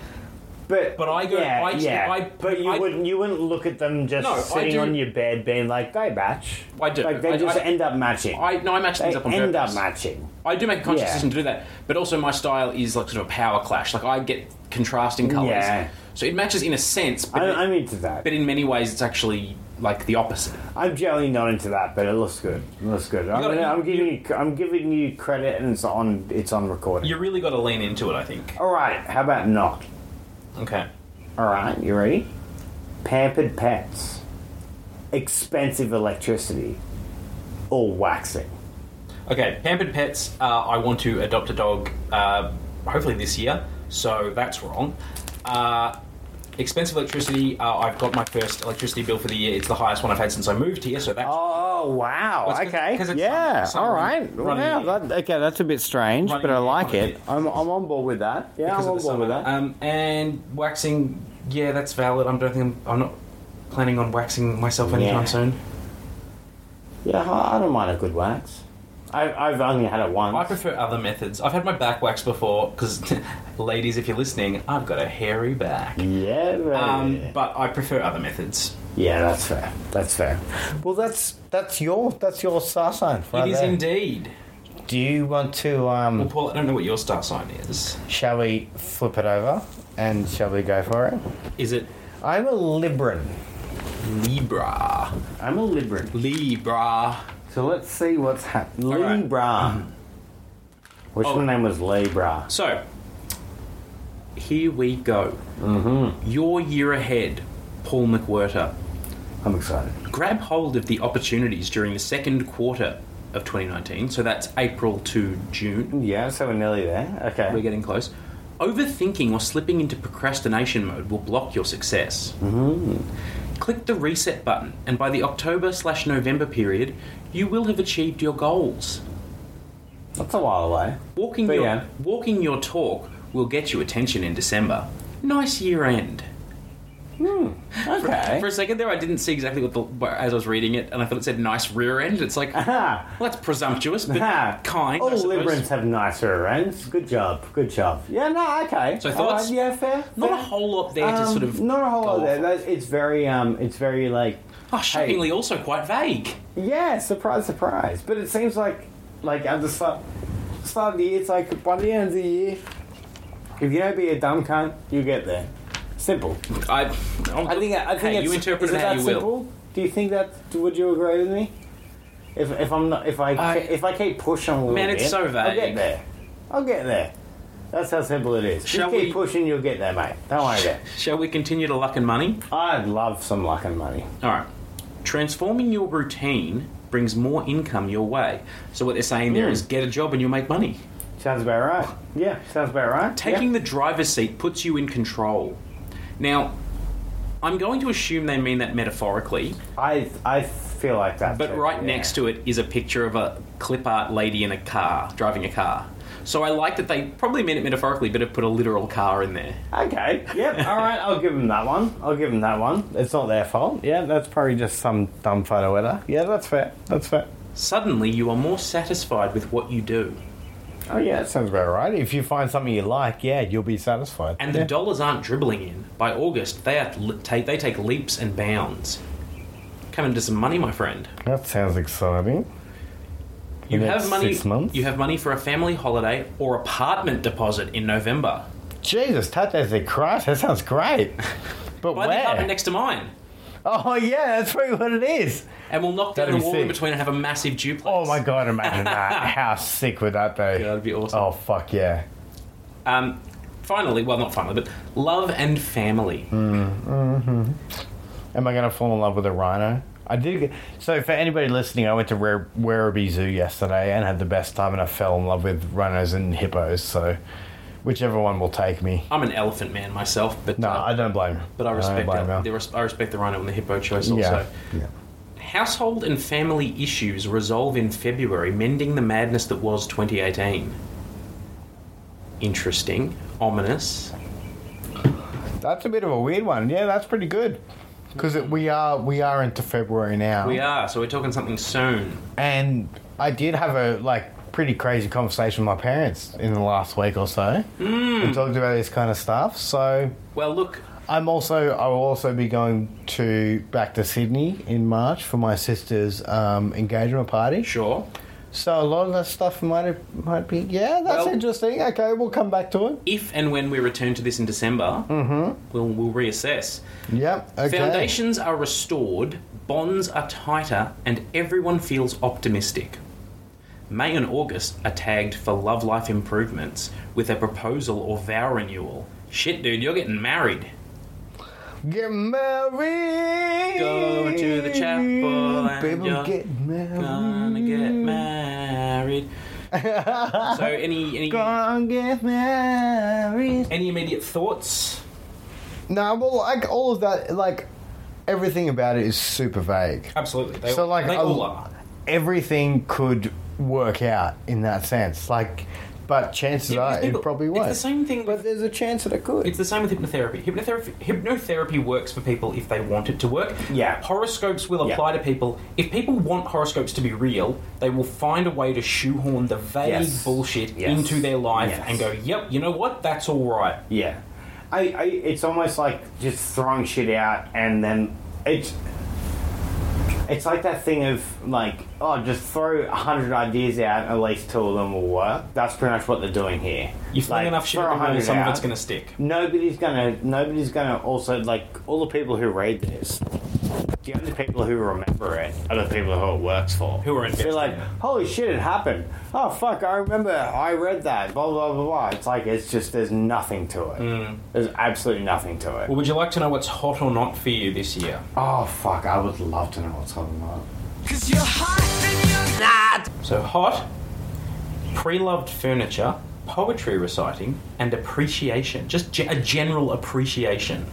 Speaker 1: But
Speaker 2: But I go-
Speaker 1: yeah,
Speaker 2: I-
Speaker 1: yeah.
Speaker 2: I-
Speaker 1: but you
Speaker 2: I-
Speaker 1: wouldn't you wouldn't look at them just
Speaker 2: No, I
Speaker 1: sitting
Speaker 2: do-
Speaker 1: on your bed being like they match.
Speaker 4: I do.
Speaker 1: Like they
Speaker 4: I-
Speaker 1: just
Speaker 4: I-
Speaker 1: end up matching.
Speaker 4: I no, I match
Speaker 1: they
Speaker 4: things up on
Speaker 1: end
Speaker 4: purpose.
Speaker 1: up matching.
Speaker 4: I do make a conscious
Speaker 1: Yeah.
Speaker 4: decision to do that, but also my style is like sort of a power clash. Like I get contrasting colors,
Speaker 1: Yeah.
Speaker 4: so it matches in a sense, but,
Speaker 1: I,
Speaker 4: it-
Speaker 1: I'm into that.
Speaker 4: but in many ways it's actually like the opposite.
Speaker 1: I'm generally not into that, but it looks good. It looks good. I'm,
Speaker 2: gotta-
Speaker 1: gonna- I'm
Speaker 2: you-
Speaker 1: giving you, I'm giving you credit, and it's on it's on recording.
Speaker 2: You really got to lean into it, I think.
Speaker 1: All right. How about not? Oh.
Speaker 2: Okay.
Speaker 1: All right. You ready? Pampered pets, expensive electricity, or waxing.
Speaker 2: Okay, pampered pets, uh, I want to adopt a dog uh, hopefully this year, so that's wrong. Uh, expensive electricity, uh, I've got my first electricity bill for the year. It's the highest one I've had since I moved here, so that's
Speaker 1: Oh wow!
Speaker 2: Well, it's 'cause-
Speaker 1: okay,
Speaker 2: 'cause it's
Speaker 1: yeah.
Speaker 2: some- some
Speaker 1: all right.
Speaker 2: running-
Speaker 1: Wow,
Speaker 2: running-
Speaker 1: that, okay, that's a bit strange,
Speaker 2: Running
Speaker 1: but I like
Speaker 2: economy.
Speaker 1: it. I'm, I'm on board with that. Yeah,
Speaker 2: because
Speaker 1: I'm on
Speaker 2: of the
Speaker 1: board with
Speaker 2: summer.
Speaker 1: that.
Speaker 2: Um, and waxing, yeah, that's valid. I don't think I'm, I'm not planning on waxing myself anytime
Speaker 1: Yeah.
Speaker 2: soon.
Speaker 1: yeah, I I don't mind a good wax. I, I've only had it once.
Speaker 2: Um, I prefer other methods. I've had my back waxed before because, ladies, if you're listening, I've got a hairy back.
Speaker 1: yeah, but,
Speaker 2: Um, But I prefer other methods.
Speaker 1: yeah, that's fair. That's fair. Well, that's that's your that's your star sign. Right
Speaker 2: it is
Speaker 1: there.
Speaker 2: indeed.
Speaker 1: Do you want to?
Speaker 2: Well,
Speaker 1: Um,
Speaker 2: Paul, I don't know what your star sign is.
Speaker 1: shall we flip it over and shall we go for it?
Speaker 2: Is it
Speaker 1: I'm a Libran.
Speaker 2: Libra?
Speaker 1: I'm a Libran.
Speaker 2: Libra.
Speaker 1: So let's see what's happening.
Speaker 2: right.
Speaker 1: Libra. Which
Speaker 4: Oh.
Speaker 1: one name was Libra?
Speaker 4: So, here we go. Mm-hmm. Your year ahead, Paul McWhirter.
Speaker 1: I'm excited.
Speaker 4: Grab hold of the opportunities during the second quarter of 2019. So that's April to June.
Speaker 1: Yeah, so we're nearly there. Okay.
Speaker 4: We're getting close. Overthinking or slipping into procrastination mode will block your success.
Speaker 2: Mm-hmm.
Speaker 4: Click the reset button, and by the October slash November period, you will have achieved your goals.
Speaker 1: That's a while away.
Speaker 4: Walking
Speaker 1: But
Speaker 4: your,
Speaker 1: yeah.
Speaker 4: walking your talk will get you attention in December. Nice year end.
Speaker 1: Okay.
Speaker 2: For a second there, I didn't see exactly what the where- as I was reading it, and I thought it said "nice rear end." It's like, well,
Speaker 1: Aha.
Speaker 2: that's presumptuous, but
Speaker 1: Aha.
Speaker 2: kind. I
Speaker 1: Uh-huh. All
Speaker 2: suppose.
Speaker 1: liberants have nicer ends. Good job. Good job. Yeah, no, okay.
Speaker 2: So
Speaker 1: All
Speaker 2: thoughts?
Speaker 1: right, yeah, fair.
Speaker 2: Not a
Speaker 1: fair.
Speaker 2: whole lot there to
Speaker 1: Um,
Speaker 2: sort of.
Speaker 1: not a whole
Speaker 2: go
Speaker 1: lot there.
Speaker 2: off.
Speaker 1: That- It's very, um, it's very like,
Speaker 2: Oh, shockingly, also quite vague.
Speaker 1: yeah, surprise, surprise. But it seems like, like at the start, start of the year, it's like by the end of the year, if you don't be a dumb cunt, you get there. Simple.
Speaker 2: I, oh,
Speaker 1: I think. I think
Speaker 2: Hey,
Speaker 1: it's,
Speaker 2: you interpret
Speaker 1: is
Speaker 2: it how
Speaker 1: that
Speaker 2: you will.
Speaker 1: simple? Do you think that? Would you agree with me? If, if I'm not, if I,
Speaker 2: I-
Speaker 1: if I keep pushing a little
Speaker 2: Man,
Speaker 1: bit,
Speaker 2: it's so vague.
Speaker 1: I'll get there. I'll get there. That's how simple it is.
Speaker 2: Shall
Speaker 1: Just keep
Speaker 2: we-
Speaker 1: pushing, you'll get there, mate. Don't worry about it.
Speaker 2: Shall we continue to luck and money?
Speaker 1: I'd love some luck and money.
Speaker 2: All right. Transforming your routine brings more income your way. So what they're saying there
Speaker 1: Hmm.
Speaker 2: is get a job and you'll make money.
Speaker 1: Sounds about right. Yeah, sounds about right.
Speaker 2: Taking the driver's seat puts you in control. Now, I'm going to assume they mean that metaphorically,
Speaker 1: Yeah. I I feel like that.
Speaker 2: but
Speaker 1: too,
Speaker 2: right
Speaker 1: yeah.
Speaker 2: next to it is a picture of a clip art lady in a car, driving a car. So I like that they probably meant it metaphorically, but have put a literal car in there.
Speaker 1: Okay. Yep. All right. I'll give them that one. I'll give them that one. It's not their fault. Yeah. That's probably just some dumb photo editor. Yeah. That's fair. That's fair.
Speaker 2: Suddenly, you are more satisfied with what you do.
Speaker 1: Oh yeah, that sounds about right. If you find something you like, yeah, you'll be satisfied.
Speaker 2: And the dollars aren't dribbling in. By August, they are take they take leaps and bounds. Come into some money, my friend.
Speaker 1: that sounds exciting.
Speaker 2: You
Speaker 1: The next
Speaker 2: have money.
Speaker 1: six months?
Speaker 2: You have money for a family holiday or apartment deposit in November.
Speaker 1: Jesus, Tate's a Christ. That sounds great. But
Speaker 2: Buy the apartment next to mine,
Speaker 1: oh yeah, that's probably what it is.
Speaker 2: and we'll knock down
Speaker 1: That'd be
Speaker 2: the wall in
Speaker 1: sick.
Speaker 2: between and have a massive duplex.
Speaker 1: Oh my god, imagine that. How sick would that be?
Speaker 2: Yeah, that'd be awesome.
Speaker 1: Oh fuck yeah.
Speaker 2: Um, finally, well, not finally, but love and family.
Speaker 1: Hmm. Am I gonna fall in love with a rhino? I did. Get, so for anybody listening, I went to Wer- Werribee Zoo yesterday and had the best time, and I fell in love with rhinos and hippos. So, whichever one will take me.
Speaker 2: I'm an elephant man myself, but
Speaker 1: No,
Speaker 2: uh,
Speaker 1: I don't blame. her.
Speaker 2: but I respect
Speaker 1: don't blame her.
Speaker 2: the, res- I respect the rhino and the hippo choice also.
Speaker 1: Yeah. yeah.
Speaker 2: Household and family issues resolve in February, mending the madness that was 2018. Interesting, ominous.
Speaker 1: That's a bit of a weird one. Yeah, that's pretty good. Because we are we are into February now.
Speaker 2: We are, so we're talking something soon.
Speaker 1: And I did have a like pretty crazy conversation with my parents in the last week or so.
Speaker 2: Hmm.
Speaker 1: Mm. We talked about this kind of stuff. So
Speaker 2: Well, look,
Speaker 1: I'm also I will also be going to back to Sydney in March for my sister's um, engagement party.
Speaker 2: sure.
Speaker 1: So a lot of that stuff might might be yeah, that's
Speaker 2: Well-
Speaker 1: interesting. Okay, we'll come back to it.
Speaker 2: If and when we return to this in December,
Speaker 1: Mm-hmm.
Speaker 2: we'll, we'll reassess.
Speaker 1: Yep. Okay.
Speaker 2: Foundations are restored, bonds are tighter, and everyone feels optimistic. May and August are tagged for love life improvements with a proposal or vow renewal. Shit, dude, you're getting married.
Speaker 1: Get married.
Speaker 2: Go to the chapel and
Speaker 1: People
Speaker 2: you're
Speaker 1: get married.
Speaker 2: Gonna get
Speaker 1: Mm-hmm.
Speaker 2: married. so, any any
Speaker 1: Gonna get married.
Speaker 5: Any immediate thoughts?
Speaker 1: No, well, like all of that, like everything about it is super vague.
Speaker 5: Absolutely. They,
Speaker 1: So, like,
Speaker 5: they
Speaker 1: a-
Speaker 5: all are.
Speaker 1: Everything could work out in that sense, like, but chances
Speaker 5: Yeah, because
Speaker 1: are
Speaker 5: people-
Speaker 1: it probably
Speaker 5: it's
Speaker 1: won't.
Speaker 5: the same thing
Speaker 1: but
Speaker 5: with-
Speaker 1: there's a chance that it could.
Speaker 5: It's the same with hypnotherapy. Hypnotherapy hypnotherapy works for people if they want it to work.
Speaker 1: Yeah.
Speaker 5: Horoscopes will
Speaker 1: Yeah.
Speaker 5: apply to people if people want horoscopes to be real. They will find a way to shoehorn the vague
Speaker 1: Yes.
Speaker 5: bullshit
Speaker 1: Yes.
Speaker 5: into their life
Speaker 1: Yes.
Speaker 5: and go, "Yep, you know what? That's all right."
Speaker 1: Yeah, I, I it's almost like just throwing shit out and then it's it's like that thing of like oh just throw hundred ideas out and at least two of them will work. That's pretty much what they're doing here.
Speaker 5: You fling
Speaker 1: Like,
Speaker 5: enough shit
Speaker 1: throw
Speaker 5: at the wall,
Speaker 1: 100
Speaker 5: some of
Speaker 1: out.
Speaker 5: it's going to stick.
Speaker 1: Nobody's gonna. Nobody's gonna. Also, like all the people who read this, the only people who remember it are the people who it works for.
Speaker 5: Who are invested
Speaker 1: They're like,
Speaker 5: in it.
Speaker 1: holy shit, it happened. Oh fuck, I remember. I read that. Blah blah blah blah. It's like it's just there's nothing to it. There's absolutely nothing to it.
Speaker 5: Well, would you like to know what's hot or not for you this year?
Speaker 1: Oh fuck, I would love to know what's going on.
Speaker 3: Cause you're hot and you're not.
Speaker 5: So hot, pre-loved furniture, poetry reciting, and appreciation. Just ge- a general appreciation.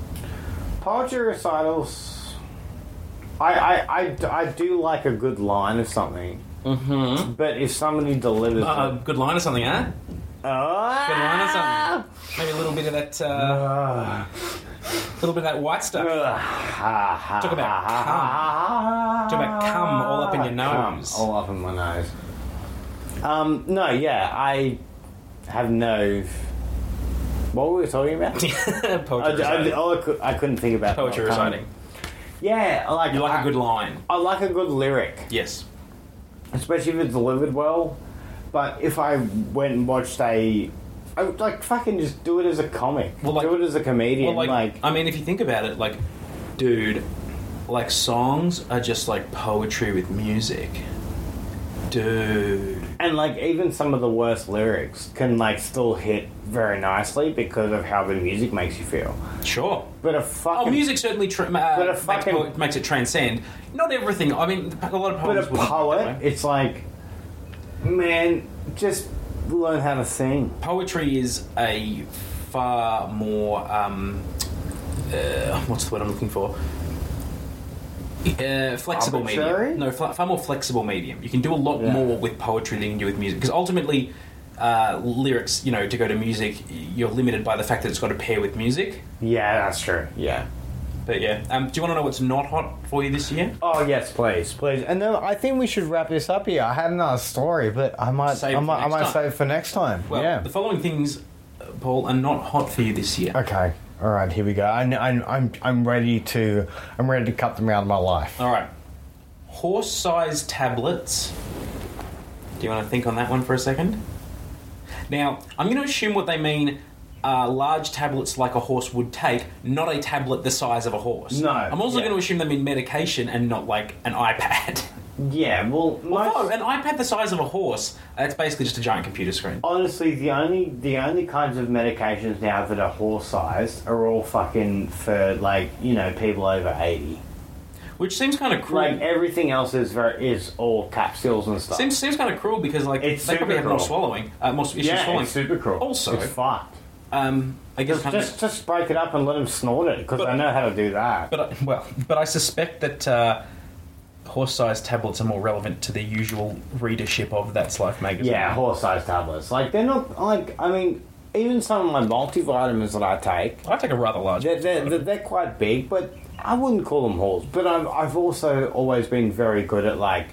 Speaker 1: Poetry recitals. I I, I, I do like a good line of something. Mm-hmm. But if somebody delivers,
Speaker 5: Uh, good line or something, eh?
Speaker 1: Ah!
Speaker 5: Good line or something. Maybe a little bit of that. Uh,
Speaker 1: Ah.
Speaker 2: little bit of that white stuff.
Speaker 1: Talk
Speaker 2: about cum. Talk about cum all up in your nose.
Speaker 1: all up in my nose. Um, no, yeah, I have no. What were we talking about? I,
Speaker 2: Poetry
Speaker 1: I,
Speaker 2: residing.
Speaker 1: all I, could, I couldn't think about.
Speaker 2: Poetry
Speaker 1: cum.
Speaker 2: residing.
Speaker 1: Yeah, I like
Speaker 2: You like
Speaker 1: I-
Speaker 2: a good line.
Speaker 1: I like a good lyric,
Speaker 2: Yes.
Speaker 1: especially if it's delivered well. But if I went and watched a, I would like fucking just do it as a comic.
Speaker 2: Well, like-
Speaker 1: do it as a comedian.
Speaker 2: Well, like,
Speaker 1: like
Speaker 2: I mean, if you think about it, like, dude, like songs are just like poetry with music, dude.
Speaker 1: And like even some of the worst lyrics can like still hit very nicely because of how the music makes you feel.
Speaker 2: Sure.
Speaker 1: But a fucking
Speaker 2: Oh, music certainly tra- uh,
Speaker 1: But a
Speaker 2: makes,
Speaker 1: fucking-
Speaker 2: poet- makes it transcend. Not everything. I mean, a lot of
Speaker 1: but a
Speaker 2: poems. wouldn't work that
Speaker 1: poet,
Speaker 2: way.
Speaker 1: it's like man, just learn how to sing.
Speaker 2: Poetry is a far more. Um, uh, what's the word I'm looking for? Uh, flexible
Speaker 1: Arbitrary?
Speaker 2: medium. No, fl- far more flexible medium. You can do a lot
Speaker 1: Yeah.
Speaker 2: more with poetry than you can do with music because ultimately, uh, lyrics. You know, to go to music, you're limited by the fact that it's got to pair with music.
Speaker 1: Yeah, that's true. Yeah.
Speaker 2: But yeah, um, do you want to know what's not hot for you this year?
Speaker 1: Oh yes, please, please. And then I think we should wrap this up here. I had another story, but I might
Speaker 2: Save it
Speaker 1: I
Speaker 2: for
Speaker 1: might, I
Speaker 2: next
Speaker 1: might
Speaker 2: time.
Speaker 1: save it for next time.
Speaker 2: Well,
Speaker 1: yeah.
Speaker 2: the following things, uh, Paul, are not hot for you this year.
Speaker 1: okay. All right, here we go. I, I'm, I'm, I'm ready to I'm ready to cut them out of my life.
Speaker 2: All right. Horse-sized tablets. Do you want to think on that one for a second? Now, I'm going to assume what they mean are large tablets like a horse would take, not a tablet the size of a horse.
Speaker 1: No,
Speaker 2: I'm also
Speaker 1: yeah.
Speaker 2: going to assume they mean medication and not like an iPad.
Speaker 1: Yeah. Well, most-
Speaker 2: oh, an iPad the size of a horse, that's basically just a giant computer screen.
Speaker 1: honestly, the only the only kinds of medications now that are horse sized are all fucking for like you know people over eighty.
Speaker 2: Which seems kind of cruel.
Speaker 1: Like everything else is very is all capsules and stuff.
Speaker 2: Seems seems kind of cruel because like
Speaker 1: It's
Speaker 2: they probably
Speaker 1: super
Speaker 2: have more
Speaker 1: cruel.
Speaker 2: swallowing, uh, more issues
Speaker 1: yeah,
Speaker 2: swallowing.
Speaker 1: it's super cruel.
Speaker 2: Also-
Speaker 1: it's fucked.
Speaker 2: um, I guess
Speaker 1: Just,
Speaker 2: kind of-
Speaker 1: just just break it up and let them snort it because
Speaker 2: But-
Speaker 1: I know how to do that.
Speaker 2: But I, well, but I suspect that uh, horse-sized tablets are more relevant to the usual readership of That's Life magazine.
Speaker 1: yeah, horse sized tablets. Like they're not like I mean even some of my multivitamins that I take
Speaker 2: I take a rather large.
Speaker 1: They're, they're, they're, they're quite big, but I wouldn't call them hauls. But I've, I've also always been very good at like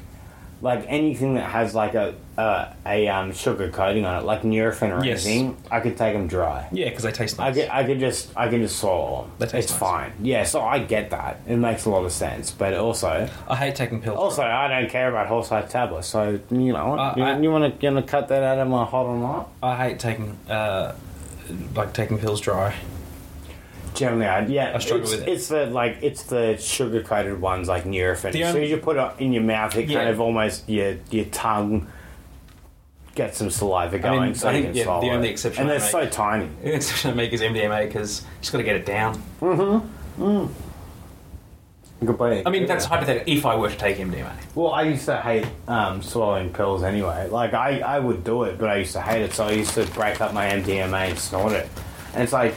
Speaker 1: like anything that has like a a, a um, sugar coating on it, like Nurofen or
Speaker 2: Yes.
Speaker 1: anything. I could take them dry.
Speaker 2: yeah, because they taste
Speaker 1: I
Speaker 2: nice.
Speaker 1: could, I could just I can just swallow them.
Speaker 2: That
Speaker 1: it's
Speaker 2: tastes nice.
Speaker 1: fine. Yeah, so I get that. It makes a lot of sense. But also,
Speaker 2: I hate taking pills.
Speaker 1: also I don't care about horse sized tablets. So you know,
Speaker 2: Uh,
Speaker 1: you,
Speaker 2: I-
Speaker 1: you want to you want to cut that out of my hot or not?
Speaker 2: I hate taking uh, like taking pills dry.
Speaker 1: Generally, I, yeah,
Speaker 2: I struggle
Speaker 1: it's,
Speaker 2: with it.
Speaker 1: It's the like it's the sugar coated ones like Nurofen.
Speaker 2: The
Speaker 1: as soon
Speaker 2: only-
Speaker 1: as you put it in your mouth, it kind
Speaker 2: Yeah.
Speaker 1: of almost your your tongue gets some saliva going.
Speaker 2: mean,
Speaker 1: so
Speaker 2: I
Speaker 1: you
Speaker 2: think,
Speaker 1: can
Speaker 2: yeah, the
Speaker 1: swallow
Speaker 2: only
Speaker 1: it.
Speaker 2: exception
Speaker 1: and
Speaker 2: I
Speaker 1: they're so
Speaker 2: make-
Speaker 1: tiny.
Speaker 2: The exception I make is MDMA because just got to get it down.
Speaker 1: Goodbye.
Speaker 2: I mean, that's hypothetical. If I were to take MDMA,
Speaker 1: well, I used to hate um, swallowing pills anyway. Like I, I would do it, but I used to hate it, so I used to break up my MDMA and snort it. And it's like,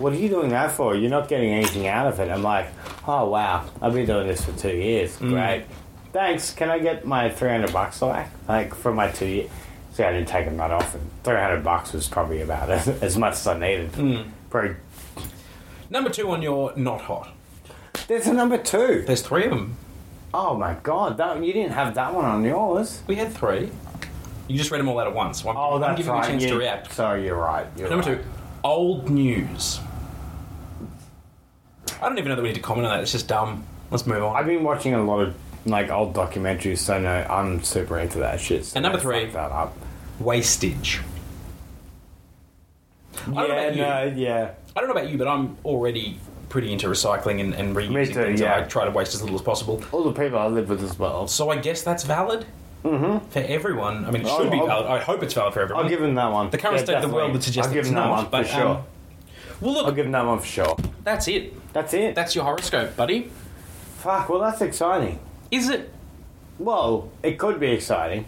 Speaker 1: what are you doing that for? You're not getting anything out of it. I'm like, oh wow, I've been doing this for two years. Great. Thanks. Can I get my 300 bucks back? Like for my two years. See, I didn't take them that often. 300 bucks was probably about as, as much as I needed. Probably.
Speaker 2: number two on your not hot.
Speaker 1: There's a number two.
Speaker 2: There's three of them.
Speaker 1: Oh my god, that you didn't have that one on yours.
Speaker 2: We had three. You just read them all out at once. So I'm,
Speaker 1: Oh,
Speaker 2: I'm
Speaker 1: that's
Speaker 2: giving
Speaker 1: right.
Speaker 2: you a chance
Speaker 1: yeah.
Speaker 2: to react.
Speaker 1: Sorry, you're right. You're
Speaker 2: Number
Speaker 1: right.
Speaker 2: two, old news. I don't even know that we need to comment on that. It's just dumb. Let's move on.
Speaker 1: I've been watching a lot of like old documentaries, so no, I'm super into that shit. so
Speaker 2: And number
Speaker 1: don't fuck
Speaker 2: three.
Speaker 1: that up.
Speaker 2: Wastage.
Speaker 1: Yeah,
Speaker 2: don't know about you.
Speaker 1: no, yeah.
Speaker 2: I don't know about you, but I'm already pretty into recycling and, and reusing
Speaker 1: Me too,
Speaker 2: things.
Speaker 1: yeah.
Speaker 2: I try to waste as little as possible.
Speaker 1: All the people I live with as well.
Speaker 2: So I guess that's valid for everyone. I mean,
Speaker 1: Mm-hmm.
Speaker 2: it
Speaker 1: I'll-
Speaker 2: should be
Speaker 1: I'll-
Speaker 2: valid. I hope it's valid for everyone.
Speaker 1: I'll give them that one.
Speaker 2: the current
Speaker 1: Yeah,
Speaker 2: state of the world
Speaker 1: definitely.
Speaker 2: would suggest
Speaker 1: I'll
Speaker 2: that
Speaker 1: give
Speaker 2: it's
Speaker 1: them that
Speaker 2: not.
Speaker 1: one
Speaker 2: but
Speaker 1: for sure.
Speaker 2: um, well, look,
Speaker 1: I'll give them that one for sure.
Speaker 2: that's it.
Speaker 1: That's it.
Speaker 2: That's your horoscope, buddy.
Speaker 1: Fuck. Well, that's exciting.
Speaker 2: Is it?
Speaker 1: Well, it could be exciting.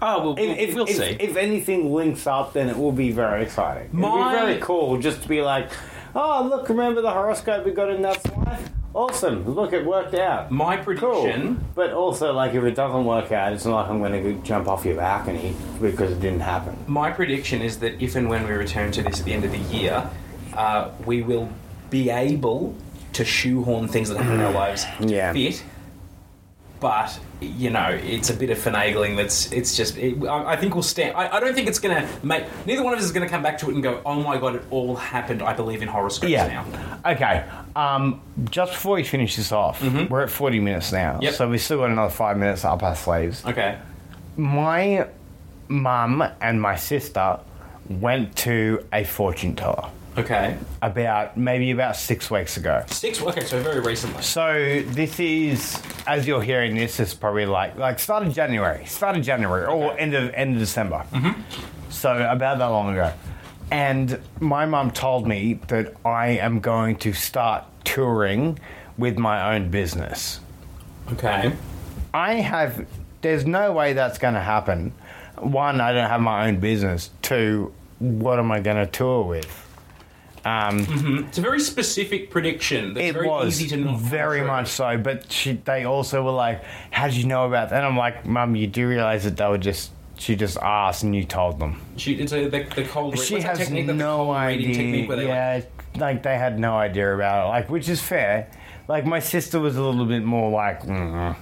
Speaker 2: Oh well,
Speaker 1: If, if,
Speaker 2: we'll
Speaker 1: if,
Speaker 2: see.
Speaker 1: If anything links up, then it will be very exciting.
Speaker 2: My-
Speaker 1: It'll be very cool just to be like, oh, look, remember the horoscope we got in that's life? Awesome. Look, it worked out.
Speaker 2: My
Speaker 1: Cool.
Speaker 2: prediction.
Speaker 1: But also, like, if it doesn't work out, it's not like I'm going to jump off your balcony because it didn't happen.
Speaker 2: My prediction is that if and when we return to this at the end of the year, uh, we will be able to shoehorn things that happen in our
Speaker 1: Mm.
Speaker 2: lives
Speaker 6: Yeah.
Speaker 2: fit. But you know, it's a bit of finagling. That's it's just. It, I, I think we'll stand. I, I don't think it's going to make. Neither one of us is going to come back to it and go, "Oh my god, it all happened." I believe in horoscopes now.
Speaker 1: Yeah. Okay. Um, just before we finish this off, we're at 40 minutes now.
Speaker 2: Mm-hmm. Yep.
Speaker 1: So we've still got another five minutes up our sleeves.
Speaker 2: Okay.
Speaker 1: My mum and my sister went to a fortune teller
Speaker 2: Okay.
Speaker 1: about maybe about six weeks ago.
Speaker 2: Six. Okay, so very recently.
Speaker 1: So this is, as you're hearing this, it's probably like like start of January, start of January, or
Speaker 2: Okay.
Speaker 1: end of end of December. So about that long ago, and my mum told me that I am going to start touring with my own business.
Speaker 2: Okay.
Speaker 1: I have. There's no way that's going to happen. One, I don't have my own business. Two, what am I going to tour with?
Speaker 2: It's a very specific prediction. That's
Speaker 1: it
Speaker 2: very
Speaker 1: was
Speaker 2: easy to not
Speaker 1: very
Speaker 2: true.
Speaker 1: much so. But she, they also were like, "How did you know about that?" And I'm like, "Mum, you do realize that they were just she just asked and you told them."
Speaker 2: She, it's a, the, the cold. read-
Speaker 1: she
Speaker 2: what's
Speaker 1: has
Speaker 2: that technique, that the
Speaker 1: no
Speaker 2: cold reading
Speaker 1: idea.
Speaker 2: Technique where they like,
Speaker 1: yeah, like, they had no idea about it. Like, which is fair. Like my sister was a little bit more like. Mm.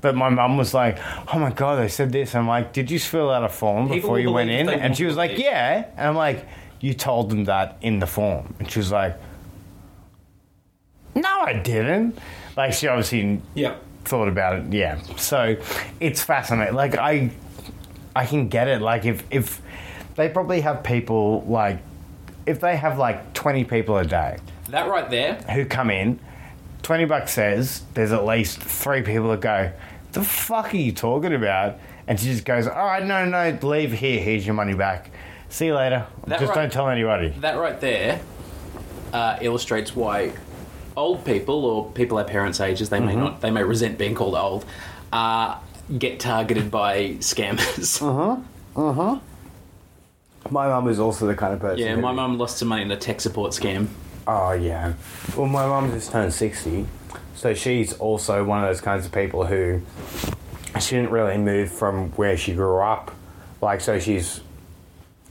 Speaker 1: But my mum was like, "Oh my god, they said this." I'm like, "Did you fill out a form
Speaker 2: People
Speaker 1: before
Speaker 2: will
Speaker 1: you went
Speaker 2: believe
Speaker 1: in?"
Speaker 2: they
Speaker 1: And she
Speaker 2: want
Speaker 1: was
Speaker 2: to
Speaker 1: like,
Speaker 2: believe.
Speaker 1: "Yeah." And I'm like, "You told them that in the form?" And she was like, "No, I didn't." Like she obviously
Speaker 2: yeah.
Speaker 1: thought about it. Yeah, so it's fascinating. Like I, I can get it. Like if if they probably have people like if they have like twenty people a day
Speaker 7: That right there.
Speaker 1: who come in, twenty bucks says there's at least three people that go. The fuck are you talking about? And she just goes, all right, no, no, leave here. Here's your money back. See you later.
Speaker 7: That
Speaker 1: just
Speaker 7: right-
Speaker 1: don't tell anybody.
Speaker 7: That right there uh, illustrates why old people or people our parents' ages they
Speaker 6: Mm-hmm.
Speaker 7: may not they may resent being called old uh, get targeted by scammers.
Speaker 6: Uh-huh.
Speaker 1: My mum is also the kind of person.
Speaker 7: Yeah, my mum lost some money in a tech support scam.
Speaker 1: Oh yeah.
Speaker 6: Well, my mum just turned 60, so she's also one of those kinds of people who she didn't really move from where she grew up. Like, so she's.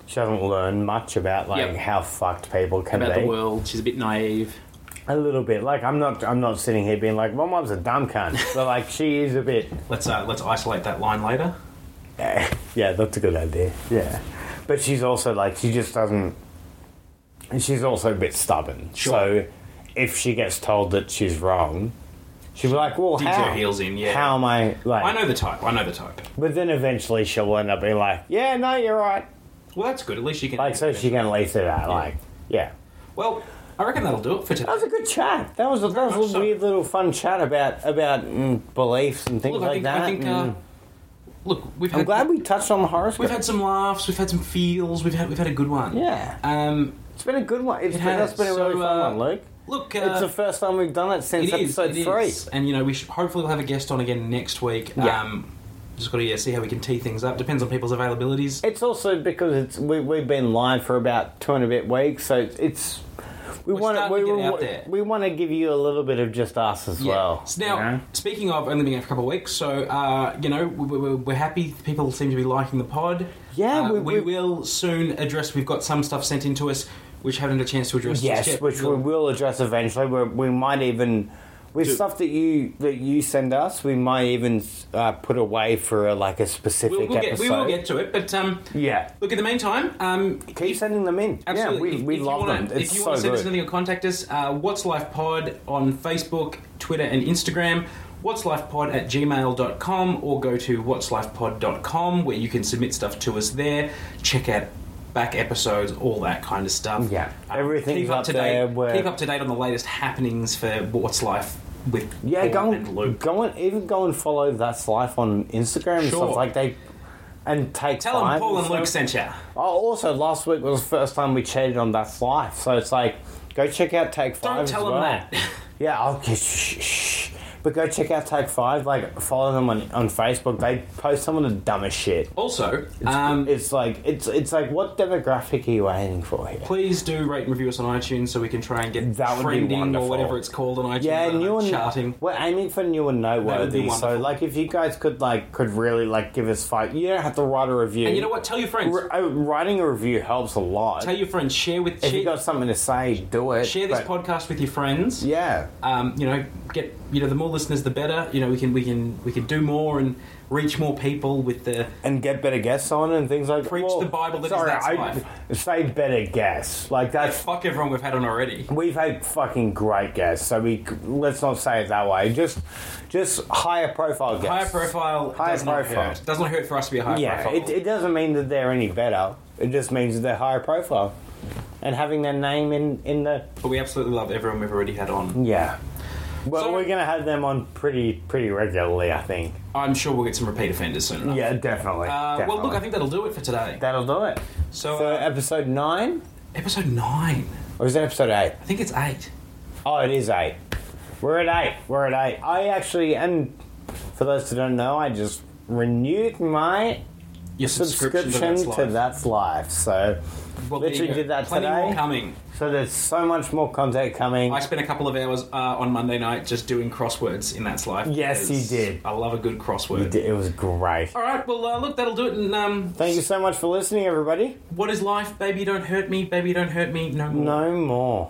Speaker 6: She hasn't learned much about like
Speaker 7: Yep.
Speaker 6: how fucked people can
Speaker 7: about
Speaker 6: be.
Speaker 7: the world. She's a bit naive.
Speaker 6: A little bit. Like I'm not. I'm not sitting here being like, "My mom's a dumb cunt," but like she is a bit.
Speaker 2: Let's uh, let's isolate that line later.
Speaker 6: Yeah, that's a good idea. Yeah, but she's also like she just doesn't. and She's also a bit stubborn.
Speaker 2: Sure.
Speaker 6: So if she gets told that she's wrong, she'll be like, "Well,
Speaker 2: Digs
Speaker 6: how?
Speaker 2: her heels in, yeah.
Speaker 6: How am I like?"
Speaker 2: I know the type. I know the type.
Speaker 6: But then eventually she'll end up being like, "Yeah, no, you're right."
Speaker 2: Well, that's good. At least you can.
Speaker 6: Like so, she can lease it out. Like, yeah.
Speaker 2: Well, I reckon that'll do it for
Speaker 6: That
Speaker 2: today.
Speaker 6: was a good chat. That was a, that
Speaker 2: much
Speaker 6: was a
Speaker 2: so.
Speaker 6: weird little fun chat about about mm, beliefs and things
Speaker 2: Look,
Speaker 6: like
Speaker 2: I think.
Speaker 6: that.
Speaker 2: I think uh,
Speaker 6: and-
Speaker 2: look, we've
Speaker 6: I'm
Speaker 2: had,
Speaker 6: glad we touched on the horoscope.
Speaker 2: we've had some laughs. We've had some feels. We've had we've had a good one.
Speaker 6: yeah.
Speaker 2: Um.
Speaker 6: It's been a good one. It's
Speaker 2: It
Speaker 6: been, that's
Speaker 2: has.
Speaker 6: been a really
Speaker 2: So,
Speaker 6: fun
Speaker 2: uh,
Speaker 6: one, Luke.
Speaker 2: Look, uh,
Speaker 6: it's the first time we've done it since
Speaker 2: It is,
Speaker 6: episode
Speaker 2: it
Speaker 6: three.
Speaker 2: is. And you know, we should hopefully we'll have a guest on again next week.
Speaker 6: Yeah.
Speaker 2: Um, just got to yeah, see how we can tee things up. Depends on people's availabilities.
Speaker 6: It's also because it's we, we've been live for about two and a bit weeks, so it's we
Speaker 2: We're
Speaker 6: want
Speaker 2: starting
Speaker 6: we,
Speaker 2: to get
Speaker 6: we,
Speaker 2: out there.
Speaker 6: we want to give you a little bit of just us as well.
Speaker 2: So now,
Speaker 6: you know?
Speaker 2: speaking of only being out for a couple of weeks, so uh, you know we, we, we're happy. People seem to be liking the pod.
Speaker 6: Yeah,
Speaker 2: Uh,
Speaker 6: we-
Speaker 2: we,
Speaker 6: we-
Speaker 2: will soon address. We've got some stuff sent in to us which haven't had a chance to address. just
Speaker 6: yes,
Speaker 2: yet.
Speaker 6: which we
Speaker 2: We'll-
Speaker 6: will address eventually. We're, we might even with stuff that you that you send us, we might even uh, put away for a, like a specific
Speaker 2: we'll, we'll get,
Speaker 6: episode.
Speaker 2: we will get to it. But um,
Speaker 6: yeah,
Speaker 2: look, in the meantime, um,
Speaker 6: keep sending them in.
Speaker 2: Absolutely.
Speaker 6: Yeah, we,
Speaker 2: If-
Speaker 6: we
Speaker 2: if you
Speaker 6: love
Speaker 2: wanna-
Speaker 6: them. It's
Speaker 2: if you
Speaker 6: so
Speaker 2: want to send
Speaker 6: good.
Speaker 2: us anything or contact us, uh, What's Life Pod on Facebook, Twitter, and Instagram. What's Life Pod at gmail.com or go to whatslifepod.com where you can submit stuff to us there. Check out back episodes, all that kind of stuff.
Speaker 6: Yeah.
Speaker 2: Uh,
Speaker 6: Everything's
Speaker 2: keep up,
Speaker 6: up
Speaker 2: to
Speaker 6: there
Speaker 2: date.
Speaker 6: where-
Speaker 2: Keep up to date on the latest happenings for What's Life with
Speaker 6: Yeah,
Speaker 2: Paul
Speaker 6: go
Speaker 2: and
Speaker 6: and,
Speaker 2: Luke.
Speaker 6: go and even go and follow That's Life on Instagram and
Speaker 2: Sure.
Speaker 6: stuff like they and take
Speaker 2: Tell them
Speaker 6: time
Speaker 2: Paul and
Speaker 6: stuff.
Speaker 2: Luke sent you.
Speaker 6: Oh, also last week was the first time we cheated on That's Life, so it's like go check out Take Five.
Speaker 2: Don't
Speaker 6: as
Speaker 2: tell them
Speaker 6: well.
Speaker 2: that.
Speaker 6: Yeah, I'll shh, shh, shh.
Speaker 1: But go check out Take Five. Like follow them on, on Facebook. They post some of the dumbest shit.
Speaker 2: Also,
Speaker 1: It's,
Speaker 2: um,
Speaker 1: it's like it's it's like what demographic are you aiming for here?
Speaker 2: please do rate and review us on iTunes so we can try and get
Speaker 1: That would be
Speaker 2: trending or
Speaker 1: wonderful.
Speaker 2: whatever it's called on iTunes.
Speaker 1: Yeah,
Speaker 2: rather
Speaker 1: new
Speaker 2: than
Speaker 1: and
Speaker 2: charting.
Speaker 1: We're aiming for new and
Speaker 2: would be
Speaker 1: noteworthy. So
Speaker 2: wonderful.
Speaker 1: like, if you guys could like could really like give us five, you don't have to write a review.
Speaker 2: And you know what? Tell your friends.
Speaker 1: R- uh, writing a review helps a lot.
Speaker 2: Tell your friends. Share with
Speaker 1: if you
Speaker 2: share,
Speaker 1: got something to say, do it.
Speaker 2: share this
Speaker 1: but-
Speaker 2: podcast with your friends.
Speaker 1: Yeah.
Speaker 2: Um, you know, get you know the more listeners, the better. You know, we can we can we can do more and reach more people with the
Speaker 1: and get better guests on and things like
Speaker 2: Preach the Bible that is
Speaker 1: sorry,
Speaker 2: that's
Speaker 1: I-
Speaker 2: life.
Speaker 1: say better guests. Like that's
Speaker 2: fuck everyone we've had on already.
Speaker 1: we've had fucking great guests. So we let's not say it that way. Just just higher profile guests.
Speaker 2: Higher profile.
Speaker 1: Higher
Speaker 2: does not
Speaker 1: profile.
Speaker 2: hurt. Does not hurt for us to be a higher
Speaker 1: Yeah,
Speaker 2: profile.
Speaker 1: it, it doesn't mean that they're any better. It just means that they're higher profile. And having their name in, in the
Speaker 2: but we absolutely love everyone we've already had on.
Speaker 1: yeah, well,
Speaker 2: So-
Speaker 1: we're gonna have them on pretty pretty regularly, I think.
Speaker 2: I'm sure we'll get some repeat offenders soon enough.
Speaker 1: Yeah, definitely.
Speaker 2: Uh, well, look,
Speaker 1: definitely.
Speaker 2: I think that'll do it for today.
Speaker 1: that'll do it.
Speaker 2: So,
Speaker 1: So
Speaker 2: uh,
Speaker 1: episode nine,
Speaker 2: episode nine.
Speaker 1: or is it episode eight?
Speaker 2: I think it's eight.
Speaker 1: Oh, it is eight. We're at eight. We're at eight. I actually, and for those who don't know, I just renewed my
Speaker 2: Your subscription,
Speaker 1: subscription
Speaker 2: to, That's
Speaker 1: to
Speaker 2: Life.
Speaker 1: That's Life. So
Speaker 2: Well, there
Speaker 1: literally
Speaker 2: you go.
Speaker 1: did that
Speaker 2: Plenty
Speaker 1: today.
Speaker 2: more coming.
Speaker 1: So there's so much more content coming.
Speaker 2: I spent a couple of hours uh, on Monday night just doing crosswords in That's Life.
Speaker 1: Yes,
Speaker 2: because
Speaker 1: you did.
Speaker 2: I love a good crossword.
Speaker 1: It was great.
Speaker 2: All right, well, uh, look, that'll do it. And um,
Speaker 1: Thank you so much for listening, everybody.
Speaker 2: what is life? Baby, don't hurt me. Baby, don't hurt me. No more.
Speaker 1: No more.